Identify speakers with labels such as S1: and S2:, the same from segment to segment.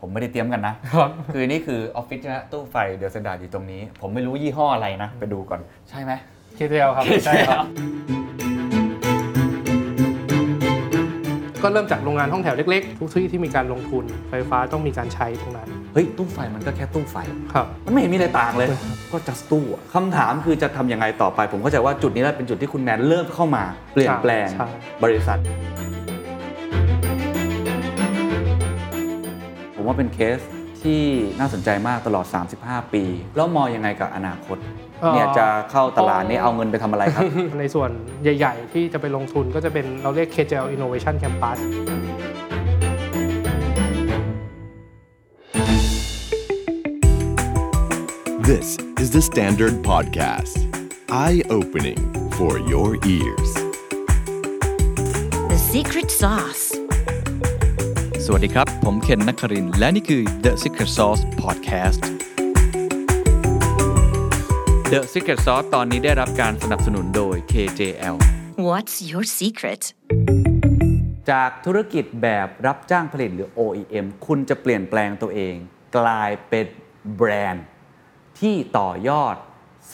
S1: ผมไม่ได้เตรียมกันนะ
S2: ครับ
S1: คือนี่คือออฟฟิศใช่ไหมตู้ไฟเดลเซนดาอยู่ตรงนี้ ผมไม่รู้ยี่ห้ออะไรนะ ไปดูก่อนใช่ไหม
S2: KTL ครับ ใช่ครับ
S3: ก็เริ่มจากโรงงานห้องแถวเล็กๆ ทุกที่ที่มีการลงทุนไฟฟ้าต้องมีการใช้ตรงนั้น
S1: เฮ้ยตู้ไฟมันก็แค่ตู้ไฟ
S3: ครับ
S1: มันไม่เห็นมีอะไรต่างเลย ก็จัสตู้อะคำถามคือจะทำยังไงต่อไป ผมเข้าใจว่าจุดนี้แหละเป็นจุดที่คุณแนนเริ่มเข้ามาเปลี่ยนแปลง
S3: ใช่
S1: บริษัท ผมว่าเป็นเคสที่น่าสนใจมากตลอด 35 ปี แล้วมองยังไงกับอนาคต
S3: เอ่อ
S1: เนี่ยจะเข้าตลาดนี่เอาเงินไปทำอะไรครับ
S3: ในส่วนใหญ่ๆ ที่จะไปลงทุนก็จะเป็นเราเรียก KGL Innovation Campus
S4: This is the Standard Podcast. Eye opening for your ears.
S5: The secret sauce.
S6: สวัสดีครับ ผมเคนนักครินทร์และนี่คือ The Secret Sauce Podcast
S1: The Secret Sauce ตอนนี้ได้รับการสนับสนุนโดย KJL
S5: What's your secret?
S1: จากธุรกิจแบบรับจ้างผลิตหรือ OEM คุณจะเปลี่ยนแปลงตัวเอง กลายเป็นแบรนด์ ที่ต่อยอด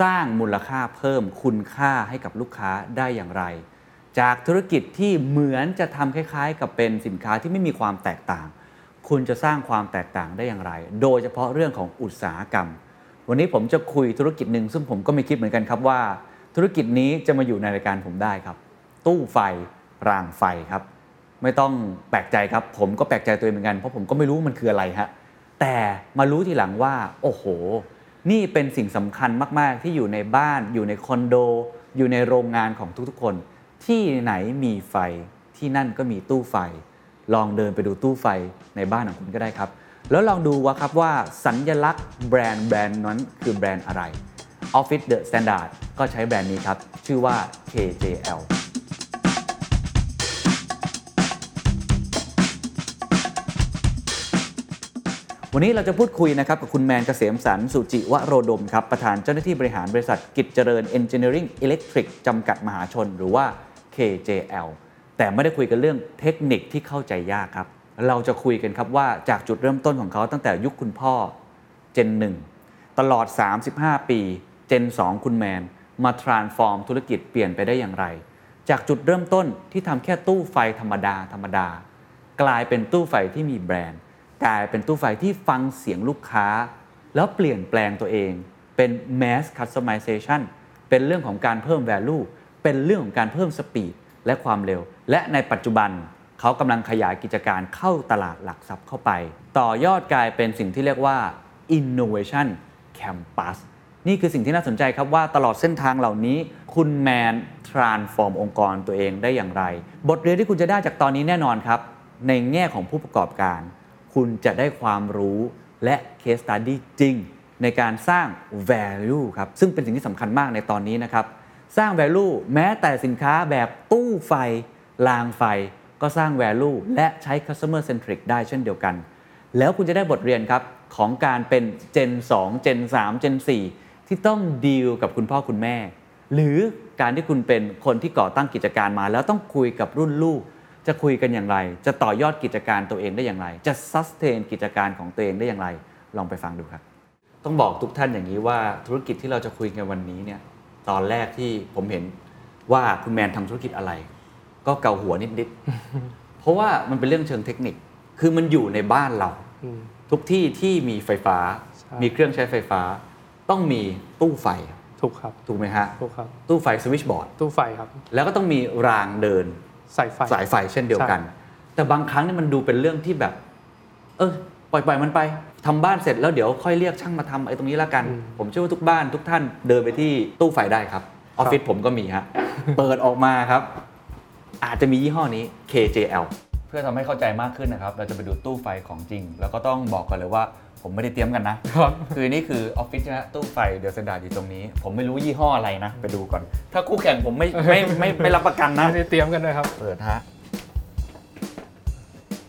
S1: สร้างมูลค่าเพิ่มคุณค่าให้กับลูกค้าได้อย่างไร จากธุรกิจที่เหมือนจะทำคล้ายๆ กับเป็นสินค้าที่ไม่มีความแตกต่าง คุณจะสร้างความแตกต่างได้อย่างไร โดยเฉพาะเรื่องของอุตสาหกรรม วันนี้ผมจะคุยธุรกิจหนึ่งซึ่งผมก็ไม่คิดเหมือนกันครับว่า ธุรกิจนี้จะมาอยู่ในรายการผมได้ครับ ตู้ไฟรางไฟครับ ไม่ต้องแปลกใจครับ ผมก็แปลกใจตัวเองเหมือนกัน เพราะผมก็ไม่รู้มันคืออะไรฮะ แต่มารู้ทีหลังว่า โอ้โห นี่เป็นสิ่งสำคัญมาก ๆ ที่อยู่ในบ้าน อยู่ในคอนโด อยู่ในโรงงานของทุก ๆ คน ที่ไหนมีไฟที่นั่นก็มีตู้ไฟ ลองเดินไปดูตู้ไฟในบ้านของคุณก็ได้ครับ แล้วลองดูว่าครับว่าสัญลักษณ์แบรนด์แบรนด์นั้นคือแบรนด์อะไร Office The Standard ก็ใช้แบรนด์นี้ครับ ชื่อว่า KJL วันนี้เราจะพูดคุยนะครับกับคุณแมนเกษมสรรสุจิวโรดมครับ ประธานเจ้าหน้าที่บริหารบริษัทกิจเจริญ Engineering Electric จำกัดมหาชนหรือว่า KJL แต่ไม่ได้คุยกันเรื่องเทคนิคที่เข้าใจยากครับ เราจะคุยกันครับว่าจากจุดเริ่มต้นของเขาตั้งแต่ยุคคุณพ่อ Gen 1 ตลอด 35 ปี Gen 2 คุณแมน มา transform ธุรกิจเปลี่ยนไปได้อย่างไร จากจุดเริ่มต้นที่ทำแค่ตู้ไฟธรรมดาธรรมดา กลายเป็นตู้ไฟที่มีแบรนด์ กลายเป็นตู้ไฟที่ฟังเสียงลูกค้า แล้วเปลี่ยนแปลงตัวเอง เป็น mass customization เป็นเรื่องของการเพิ่ม value เป็นเรื่องของการเพิ่มสปีดและความเร็ว และในปัจจุบันเขากำลังขยายกิจการเข้าตลาดหลักทรัพย์เข้าไป ต่อยอดกลายเป็นสิ่งที่เรียกว่า innovation campus นี่คือสิ่งที่น่าสนใจครับว่าตลอดเส้นทางเหล่านี้ คุณแมน transform องค์กรตัวเองได้อย่างไร บทเรียนที่คุณจะได้จากตอนนี้แน่นอนครับ ในแง่ของผู้ประกอบการ คุณจะได้ความรู้และ case study จริง ในการสร้าง value ครับ ซึ่งเป็นสิ่งที่สำคัญมากในตอนนี้นะครับ สร้าง value แม้แต่สินค้าแบบตู้ไฟ รางไฟ ก็สร้าง value และใช้ customer centric ได้เช่นเดียวกัน แล้วคุณจะได้บทเรียนครับ ของการเป็น Gen 2 Gen 3 Gen 4 ที่ต้องดีลกับคุณพ่อคุณแม่ หรือการที่คุณเป็นคนที่ก่อตั้งกิจการมา แล้วต้องคุยกับรุ่นลูก จะคุยกันอย่างไร จะต่อยอดกิจการตัวเองได้อย่างไร จะ sustain กิจการของตัวเองได้อย่างไร ลองไปฟังดูครับ ต้องบอกทุกท่านอย่างนี้ว่าธุรกิจที่เราจะคุยกันวันนี้เนี่ยตอนแรกที่ผมเห็นว่าคุณแมนทำธุรกิจอะไร ก็เกาหัวนิดๆ เพราะว่ามันเป็นเรื่องเชิงเทคนิค คือมันอยู่ในบ้านเรา
S3: อืม
S1: ทุกที่ที่มีไฟฟ้า
S3: ใช่
S1: มีเครื่องใช้ไฟฟ้า ต้องมีตู้ไฟ
S3: ถูกครับ
S1: ถูกไหมฮะ
S3: ถูกครับ
S1: ตู้ไฟสวิตชบอร์ด
S3: ตู้ไฟครับ
S1: แล้วก็ต้องมีรางเดิน
S3: สายไฟ
S1: สายไฟเช่นเดียวกัน แต่บางครั้งเนี่ยมันดูเป็นเรื่องที่แบบ เออปล่อยปล่อยมันไปทำบ้านเสร็จแล้วเดี๋ยวค่อยเรียกช่างมาทำไอ้ตรงนี้ละกัน
S3: อืม
S1: ผมเชื่อว่าทุกบ้านทุกท่านเดินไปที่ตู้ไฟได้ครับออฟฟิศผมก็มีฮะ เปิดออกมาครับ อาจจะมียี่ห้อนี้ KJL เพื่อทำให้เข้าใจมากขึ้นนะครับ เราจะไปดูตู้ไฟของจริง แล้วก็ต้องบอกก่อนเลยว่า ผมไม่ได้เตรียมกันนะ
S2: ครับ
S1: คือนี่คือออฟฟิศนะฮะตู้ไฟเดลเซนดาอยู่ตรงนี้ ผมไม่รู้ยี่ห้ออะไรนะ ไปดูก่อน ถ้าคู่แข่งผมไม่ไม่ไม่ไม่รับประกันนะ
S3: ไม่ได้เตรียมกันเลยครับ
S1: เปิดฮะ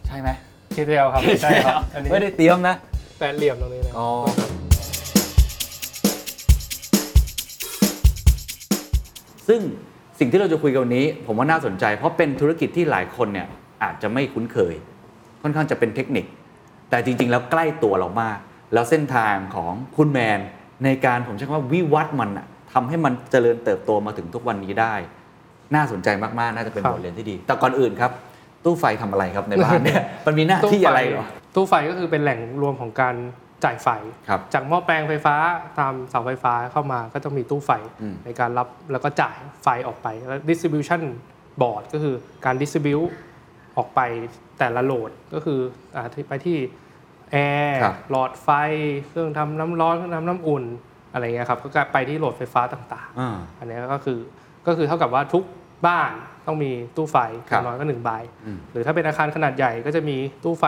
S1: ใช่ไหม
S3: KTL ครับใช่ครับ อันนี้
S1: ไม่ได้เตรียมนะ
S3: แปดเหลี่ยมตรงนี้นะ
S1: อ๋อ ซึ่งสิ่งที่เราจะคุยกันวันนี้ ผมว่าน่าสนใจ เพราะเป็นธุรกิจที่หลายคนเนี่ยอาจจะไม่คุ้นเคย ค่อนข้างจะเป็นเทคนิค แต่จริง ๆ แล้วใกล้ตัวเรามาก แล้วเส้นทางของคุณแมนในการผมใช้คำว่าวิวัฒน์มันอะทำให้มันเจริญเติบโตมาถึงทุกวันนี้ได้ น่าสนใจมากๆ น่าจะเป็น
S3: ครับ บ
S1: ทเรียนที่ดี แต่ก่อนอื่นครับ ตู้ไฟทำอะไรครับในบ้านเนี่ย มันมีหน้าที่อะไรเหรอ
S3: ตู้ไฟก็คือเป็นแหล่งรวมของการจ่ายไฟ
S1: ครับ
S3: จากหม้อแปลงไฟฟ้าตามเสาไฟฟ้าเข้ามาก็ต้องมีตู้ไฟ
S1: อืม
S3: ในการรับแล้วก็จ่ายไฟออกไปแล้ว distribution board ก็คือการ distribute ออกไปแต่ละโหลดก็คืออาที่ไปที่แอร์
S1: ครับ
S3: หลอดไฟ เครื่องทำน้ำร้อนเครื่องทำน้ำอุ่นอะไรเงี้ยครับก็ไปที่โหลดไฟฟ้าต่างๆ
S1: อ่า
S3: อันนี้ก็คือก็คือเท่ากับว่าทุกบ้านต้องมีตู้ไฟอ
S1: ครับ
S3: ย่างน้อยก็หนึ่งใบ
S1: อืม
S3: หรือถ้าเป็นอาคารขนาดใหญ่ก็จะมีตู้ไฟ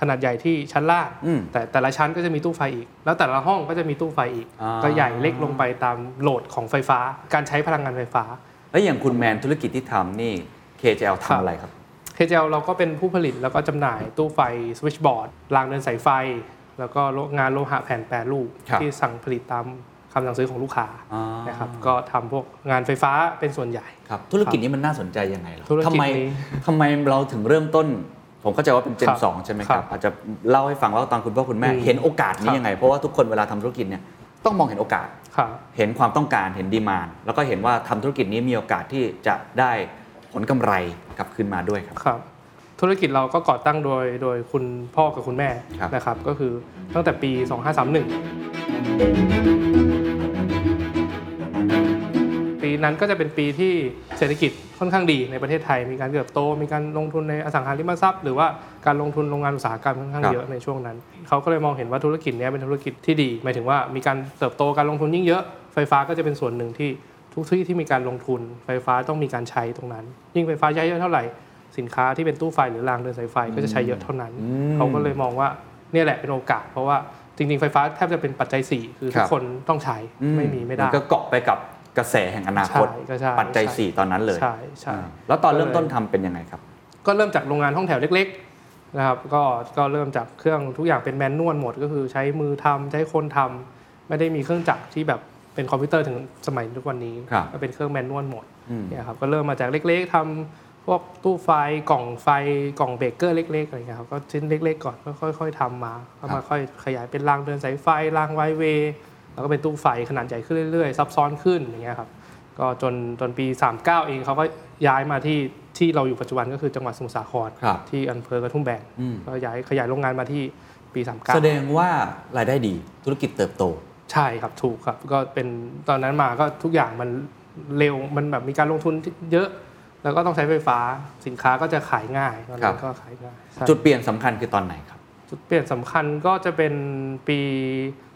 S3: ขนาดใหญ่ที่ชั้นล่าง
S1: อืม
S3: แต่แต่ละชั้นก็จะมีตู้ไฟอีก แล้วแต่ละห้องก็จะมีตู้ไฟอีก
S1: อ่า
S3: ก็ใหญ่เล็กลงไปตามโหลดของไฟฟ้า การใช้พลังงานไฟฟ้า
S1: แล้วอย่างคุณแมนธุรกิจที่ทำนี่ KJL ทำอะไรครับ
S3: KGL เราก็เป็นผู้ผลิตแล้วก็จำหน่ายตู้ไฟสวิตช์บอร์ดรางเดินสายไฟ แล้วก็งานโลหะแผ่นแปรรูป
S1: ครับ
S3: ที่สั่งผลิตตามคำสั่งซื้อของลูกค้า
S1: อ่าน
S3: นะครับก็ทำพวกงานไฟฟ้าเป็นส่วนใหญ่
S1: ครับธุรกิจนี้มันน่าสนใจยังไงเหรอ
S3: ธุรกิจ
S1: ทำไม
S3: นี้
S1: ทำไมเราถึงเริ่มต้น ผมเข้าใจว่าเป็นเจ
S3: ครั
S1: น
S3: บ
S1: สองใช่ไหมค
S3: ครั
S1: รับบ อาจจะเล่าให้ฟังว่าตอนคุณพ่อคุณแม่
S3: อืม
S1: เห็นโอกาสนี้
S3: ครับ
S1: ยังไง เพราะว่าทุกคนเวลาทำธุรกิจเนี่ยต้องมองเห็นโอกาส
S3: ครับ
S1: เห็นความต้องการเห็นดีมาน แล้วก็เห็นว่าทำธุรกิจนี้มีโอกาสที่จะได้ผลกำไรกลับคืนมาด้วยครับ
S3: ครับธุรกิจเราก็ก่อตั้งโดยโดยคุณพ่อกับคุณแม่
S1: ครับ
S3: นะครับก็คือตั้งแต่ปี 2531 ปีนั้นก็จะเป็นปีที่เศรษฐกิจค่อนข้างดีในประเทศไทย มีการเติบโต มีการลงทุนในอสังหาริมทรัพย์ หรือว่าการลงทุนโรงงานอุตสาหกรรมค่อนข้างเยอะในช่วงนั้น เขาก็เลยมองเห็นว่าธุรกิจเนี้ยเป็นธุรกิจที่ดีหมายถึงว่ามีการเติบโตการลงทุนยิ่งเยอะ ไฟฟ้าก็จะเป็นส่วนหนึ่งที่ทุกที่ที่มีการลงทุน ไฟฟ้าต้องมีการใช้ตรงนั้น ยิ่งไฟฟ้าใช้เยอะเท่าไหร่ สินค้าที่เป็นตู้ไฟหรือรางเดินสายไฟก็จะใช้เยอะเท่านั้น เขาก็เลยมองว่าเนี่ยแหละเป็นโอกาส เพราะว่าจริงๆไฟฟ้าแทบจะเป็นปัจจัยสี่คือทุ
S1: ครั
S3: ก
S1: บ
S3: คนต้องใช้ไม่มีไม่ได้
S1: นก็เกาะไปกับกระแสแห่งอนาคต
S3: ใช่ก็ใช่
S1: ปัจจัย
S3: ใช่
S1: 4ตอนนั้นเลย
S3: ใช่ใช่
S1: อ่าแล้วตอนเริ่มต้นทำเป็นยังไงครับ
S3: ก็เริ่มจากโรงงานห้องแถวเล็กๆนะครับก็ก็เริ่มจากเครื่องทุกอย่างเป็นแมนนวลหมด ก็คือใช้มือทำใช้คนทำไม่ได้มีเครื่องจักรที่แบบเป็นคอมพิวเตอร์ถึงสมัยทุกวันนี้
S1: ครับ
S3: ก็เป็นเครื่องแมนนวลหมด
S1: อืม
S3: เนี่ยครับก็เริ่มมาจากเล็กๆทำพวกตู้ไฟกล่องไฟกล่องเบรกเกอร์เล็กๆอะไรเงี้ยครับก็ชิ้นเล็ก ๆ ก่อนค่อยๆทำมาก็มาค่อยขยายเป็นรางเดินสายไฟรางไวเวย์แล้วก็เป็นตู้ไฟขนาดใหญ่ขึ้นเรื่อยๆซับซ้อนขึ้นอย่างเงี้ยครับ ก็จนจนปี 39 เองเขาก็ย้ายมาที่ที่เราอยู่ปัจจุบันก็คือจังหวัดสมุทรสาคร
S1: ครับ
S3: ที่อำเภอกระทุ่มแบน
S1: อืม
S3: ก็ย้ายขยายโรงงานมาที่ปี 39
S1: แสดงว่ารายได้ดีธุรกิจเติบโต
S3: ใช่ครับถูกครับก็เป็นตอนนั้นมาก็ทุกอย่างมันเร็วมันแบบมีการลงทุนที่เยอะ แล้วก็ต้องใช้ไฟฟ้าสินค้าก็จะขายง่ายตอน
S1: ครั
S3: นั้
S1: บ
S3: นก็ขายง่ายใช่
S1: จุดเปลี่ยนสำคัญคือตอนไหนครับ
S3: จุดเปลี่ยนสำคัญก็จะเป็นปี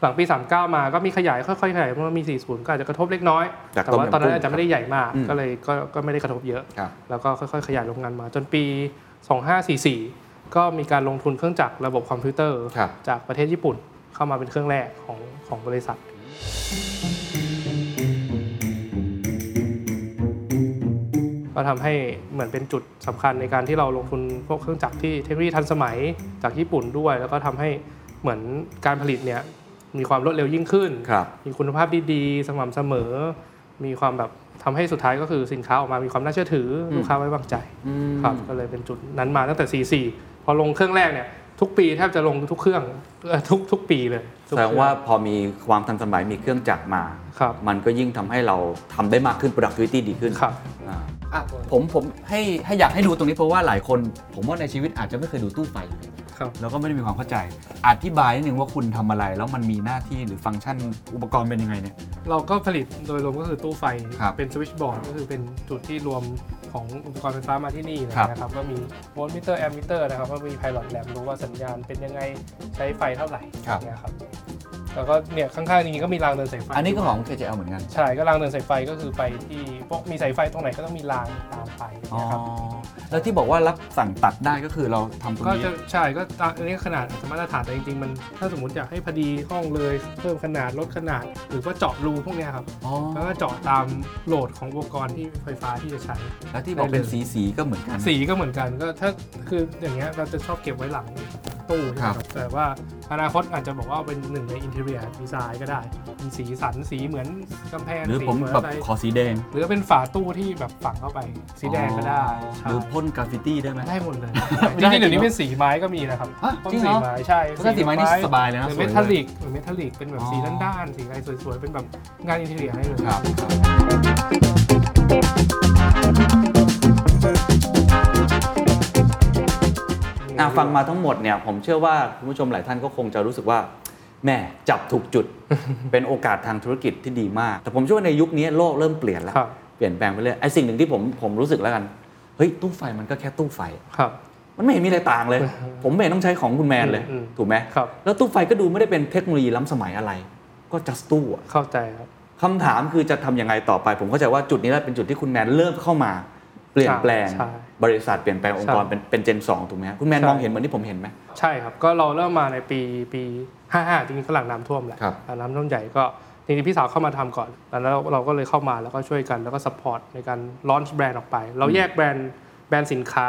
S3: หลังปี 39 มาก็มีขยายค่อยๆขยายมันมี 40 ก็อาจจะกระทบเล็กน้อย
S1: จาก
S3: แต่ว่าตอนนั้นอาจจะไม่ได้ใหญ่มาก
S1: อืม
S3: ก็เลยก็ก็ไม่ได้กระทบเยอะ
S1: ครับ
S3: แล้วก็ค่อยๆ ขยายโรงงานมาจนปี 2544 ก็มีการลงทุนเครื่องจักรระบบคอมพิวเตอร์
S1: ครับ
S3: จากประเทศญี่ปุ่นเข้ามาเป็นเครื่องแรกของของบริษัท ก็ทำให้เหมือนเป็นจุดสำคัญในการที่เราลงทุนพวกเครื่องจักรที่เทคโนโลยีทันสมัยจากญี่ปุ่นด้วย แล้วก็ทำให้เหมือนการผลิตเนี่ยมีความรวดเร็วยิ่งขึ้น
S1: ครับ
S3: มีคุณภาพดีๆ สม่ำเสมอ มีความแบบทำให้สุดท้ายก็คือสินค้าออกมามีความน่าเชื่อถืออ
S1: ม
S3: ลูกค้าไว้วางใจ
S1: อืม
S3: ครับก็เลยเป็นจุดนั้นมาตั้งแต่ 44 พอลงเครื่องแรกเนี่ยทุกปีแทบจะลงทุกเครื่องเอ่อทุกทุกปีเลยทุก
S1: แสดง
S3: เครื่อง
S1: ว่าพอมีความทันสมัยมีเครื่องจักรมา
S3: ครับ
S1: มันก็ยิ่งทำให้เราทำได้มากขึ้น productivity ดีขึ้น
S3: ครับ
S1: อ่า
S7: อ่ะผมผมให้ให้อยากให้ดูตรงนี้เพราะว่าหลายคน ผมว่าในชีวิตอาจจะไม่เคยดูตู้ไฟเลย
S3: ครับ
S7: แล้วก็ไม่ได้มีความเข้าใจ อธิบายนิดนึงว่าคุณทำอะไร แล้วมันมีหน้าที่หรือฟังก์ชันอุปกรณ์เป็นยังไงเนี่ย
S3: เราก็ผลิตโดยรวมก็คือตู้ไฟ
S7: ครับ
S3: เป็นสวิตช์บอร์ดก็คือเป็นจุดที่รวมของอุปกรณ์ไฟฟ้ามาที่นี่
S7: ครับ
S3: นะครับ ก็มีโวลต์มิเตอร์แอมมิเตอร์นะครับก็มีไพลอตแลมรู้ว่าสัญญาณเป็นยังไงใช้ไฟเท่าไหร่เนะครับแล้วก็เนี่ยข้างๆนี้ก็มีรางเดินสายไฟ
S7: อันนี้ก็ของ KJL เหมือนกัน
S3: ใช่ก็รางเดินสายไฟก็คือไปที่พวกมีสายไฟตรงไหนก็ต้องมีรางตามไปนะครับ
S7: แล้วที่บอกว่ารับสั่งตัดได้ก็คือเราทำตรง
S3: ก็
S7: นี้
S3: จะใช่ก็ตามอันนี้ขนาดอาจจะมาตรฐานแต่จริงๆมันถ้าสมมติอยากให้พอดีห้องเลยเพิ่มขนาดลดขนาด หรือว่าเจาะรูพวกเนี้ยครับ
S7: อ๋อ
S3: แล้วก็เจาะตามโหลดของอุปกรณ์ที่ไฟฟ้าที่จะใช้
S7: แล้วที่บอกเป็นสีสีๆก็เหมือนกัน
S3: สีก็เหมือนกันก็ถ้าคืออย่างเงี้ยเราจะชอบเก็บไว้หลัง ตู้ใช่ไหม
S7: ครับ
S3: แต่ว่าอนาคตอาจจะบอกว่าเป็นหนึ่งในอินเทเรียดีไซน์ก็ได้มีสีสันสีเหมือนกำแพง
S7: หรือ
S3: สี
S7: ผม
S3: เหมือน
S7: แบบ
S3: อะไร
S7: ขอสีแดง
S3: หรือเป็นฝาตู้ที่แบบฝังเข้าไป สีแดงก็ได้
S7: ห
S3: ใช่
S7: รือพ่นกราฟฟิตี้ได้ไหม
S3: ได้หมดเลยจ
S7: ได้
S3: ริงๆเดี๋ยวนี้
S7: จริงเหรอ
S3: เป็นสีไม้ก็มีนะครับ
S7: ฮะ
S3: ต้น
S7: จริงเหร
S3: สี
S7: อ
S3: ไม้ใช่
S7: ถ้าสีไม้นี่สบายเลยนะ
S3: หรือ
S7: สวย
S3: เม
S7: เลย
S3: ทัลลิกหรือเมทัลลิกเป็นแบบสี
S7: อ๋อ
S3: ด้านๆสีอะไรสวยๆเป็นแบบงานอินเทเรียให้เลย
S7: ครับ
S1: อ่ะฟังมาทั้งหมดเนี่ยผมเชื่อว่าคุณผู้ชมหลายท่านก็คงจะรู้สึกว่าแหม่จับถูกจุ ด เป็นโอกาสทางธุรกิจที่ดีมาก แต่ผมเชื่อว่าในยุคนี้โลกเริ่มเปลี่ยนแล้ว
S3: ครับ
S1: เปลี่ยนแปลงไปเรื่อยไอ้สิ่งหนึ่งที่ผมผมรู้สึกแล้วกันเฮ้ยตู้ไฟมันก็แค่ตู้ไฟ
S3: ครับ
S1: มันไม่เห็นมีอะไรต่างเลย ผมไม่เห็นต้องใช้ของคุณแมนเลย
S3: อืมอืม
S1: ถูกไหม
S3: ครับ
S1: แล้วตู้ไฟก็ดูไม่ได้เป็นเทคโนโลยีล้ำสมัยอะไร ก็ just ตู้อะ
S3: เข้าใจครับ
S1: คำถามคือจะทำยังไงต่อไป ผมเข้าใจว่าจุดนี้แหละเป็นจุดที่คุณแมนเริ่มเข้ามา เปลี่ยนแปลง
S3: ใช่
S1: บริษัทเปลี่ยนแปลงองค์กร
S3: ใช่
S1: เป็นเป็นเจนสองถูกไหมครับคุณแมน
S3: ใช่
S1: มองเห็นเหมือนที่ผมเห็นไหม
S3: ใช่ครับก็เราเริ่มมาในปีปี55จริงๆก็หลังน้ำท่วมแหละ
S1: ครับ
S3: หลังน้ำท่วมใหญ่ก็จริงๆพี่สาวเข้ามาทำก่อน แล้วเราเราก็เลยเข้ามาแล้วก็ช่วยกันแล้วก็สปอร์ตในการลอนช์แบรนด์ออกไป เราแยกแบรนด์แบรนด์สินค้า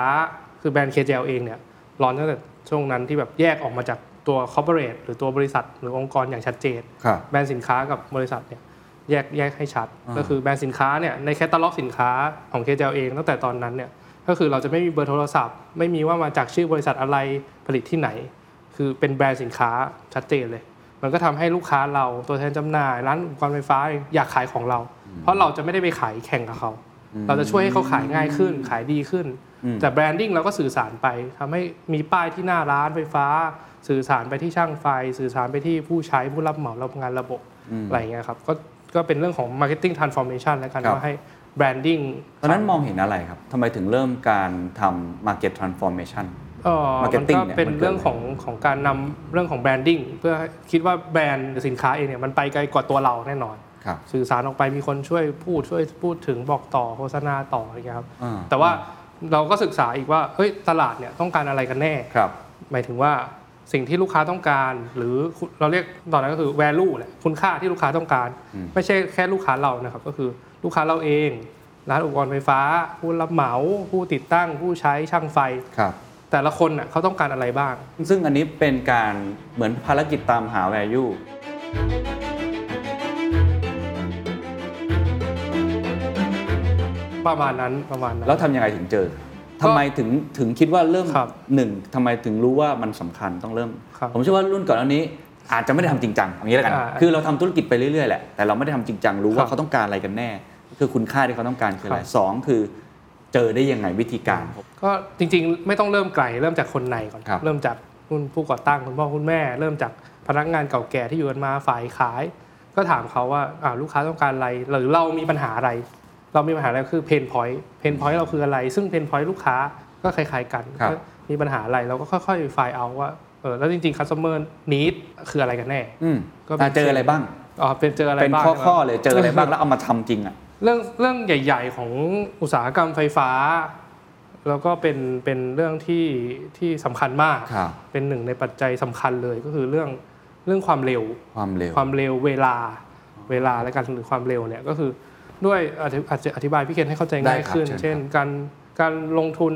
S3: คือแบรนด์ KJL เองเนี่ยลอนตั้งแต่ช่วงนั้นที่แบบแยกออกมาจากตัวคอร์เปอเรทหรือตัวบริษัทหรือองค์กรอย่างชัดเจน
S1: ครับ
S3: แบรนด์สินค้ากับบริษัทเนี่ยแยกแยกให้ชัด ก็คือแบรนด์สินค้าเนี่ยในแคตตาล็อกสินค้าของ KJL เองตั้งแต่ตอนนั้นเนี่ยก็คือเราจะไม่มีเบอร์โทรศัพท์ ไม่มีว่ามาจากชื่อบริษัทอะไรผลิตที่ไหน คือเป็นแบรนด์สินค้าชัดเจนเลย มันก็ทำให้ลูกค้าเราตัวแทนจำหน่าย ร้านอุปกรณ์ไฟฟ้าเองอยากขายของเรา เพราะเราจะไม่ได้ไปขายแข่งกับเขา เราจะช่วยให้เขาขายง่ายขึ้น ขายดีขึ้น แต่แบรนดิ้งเราก็สื่อสารไปทำให้มีป้ายที่หน้าร้านไฟฟ้า สื่อสารไปที่ช่างไฟ สื่อสารไปที่ผู้ใช้ผู้รับเหมารับงานระบบอะไรอย่างเงี้ยครับก็ก็เป็นเรื่องของ marketing transformation แล้วกัน
S1: ครับ
S3: ว่าให้แบรนดิ้ง
S1: ตอนนั้นมองเห็นอะไรครับทำไมถึงเริ่มการทำ market transformation
S3: เอ่อมัน
S1: marketing
S3: ก็
S1: เนี่ย
S3: เป็น
S1: มันเกิดอะไร
S3: เรื่องของของการนำเรื่องของแบรนดิ้งเพื่อให้คิดว่าแบรนด์หรือสินค้าเองเนี่ยมันไปไกลกว่าตัวเราแน่นอน
S1: ครับ
S3: สื่อสารออกไปมีคนช่วยพูดช่วยพูดถึงบอกต่อโฆษณาต่ออะไรอย่างเงี้ยครับ
S1: อ่า
S3: แต่ว่าเราก็ศึกษาอีกว่าเฮ้ยตลาดเนี่ยต้องการอะไรกันแน่
S1: ครับ
S3: หมายถึงว่าสิ่งที่ลูกค้าต้องการหรือคุณเราเรียกตอนนั้นก็คือ value แหละคุณค่าที่ลูกค้าต้องการ ไม่ใช่แค่ลูกค้าเรานะครับก็คือลูกค้าเราเอง ร้านอุปกรณ์ไฟฟ้า ผู้รับเหมาผู้ติดตั้งผู้ใช้ช่างไฟ
S1: ครับ
S3: แต่ละคนน่ะเขาต้องการอะไรบ้าง
S1: ซึ่งอันนี้เป็นการเหมือนภารกิจตามหา value
S3: ประมาณนั้นประมาณนั้น
S1: แล้วทำยังไงถึงเจอทำไมถึงถึงคิดว่าเริ่ม
S3: ครับ
S1: หนึ่งทำไมถึงรู้ว่ามันสำคัญต้องเริ่ม
S3: ครับ
S1: ผมเชื่อว่ารุ่นก่อนอันนี้ อาจจะไม่ได้ทำจริงจังอย่างนี้แล้วกัน
S3: อ่า
S1: คือเราทำธุรกิจไปเรื่อยๆแหละแต่เราไม่ได้ทำจริงจังรู้ว่า
S3: ครับ
S1: เขาต้องการอะไรกันแน่คือคุณค่าที่เขาต้องการคืออะไร
S3: ครับ
S1: สองคือเจอได้ยังไงวิธีการ
S3: ก็จริงๆ ไม่ต้องเริ่มไกลเริ่มจากคนในก่อน
S1: ครับ
S3: เริ่มจากรุ่นผู้ก่อตั้งคุณพ่อคุณแม่ เริ่มจากพนักงานเก่าแก่ที่อยู่กันมาฝ่ายขาย ก็ถามเขาว่าอ่าลูกค้าต้องการอะไรหรือเรามีปัญหาอะไร เรามีปัญหาอะไรคือเพนพอยต์เพนพอยต์เราคืออะไร ซึ่งเพนพอยต์ลูกค้าก็คล้ายๆกัน
S1: ครับ
S3: ก็มีปัญหาอะไรเราก็ค่อยๆไฟล์เอาว่าเออแล้วจริงๆ customer need คืออะไรกันแน่
S1: อืม
S3: ก็เป็น
S1: อ่ะเจออะไรบ้าง
S3: อ๋อเป็นเจออะไร
S1: เป็น
S3: บ้าง
S1: ข้อๆ
S3: ใช่ไหม
S1: เลยเจออะไรบ้างแล้วเอามาทำจริงอ่ะ
S3: เรื่องเรื่องใหญ่ ๆ ของอุตสาหกรรมไฟฟ้า แล้วก็เป็นเป็นเรื่องที่ที่สำคัญมาก
S1: ครับ
S3: เป็นหนึ่งในปัจจัยสำคัญเลยก็คือเรื่องเรื่องความเร็ว
S1: ความเร็ว
S3: ความเร็วเวลาเวลาและการหรือความเร็วเนี่ยก็คือด้วยอาจจะอาจจะอธิบายพี่เคนให้เข้าใจง่ายขึ้น
S1: ได้ครับเชิญครับ
S3: เช่น การการลงทุน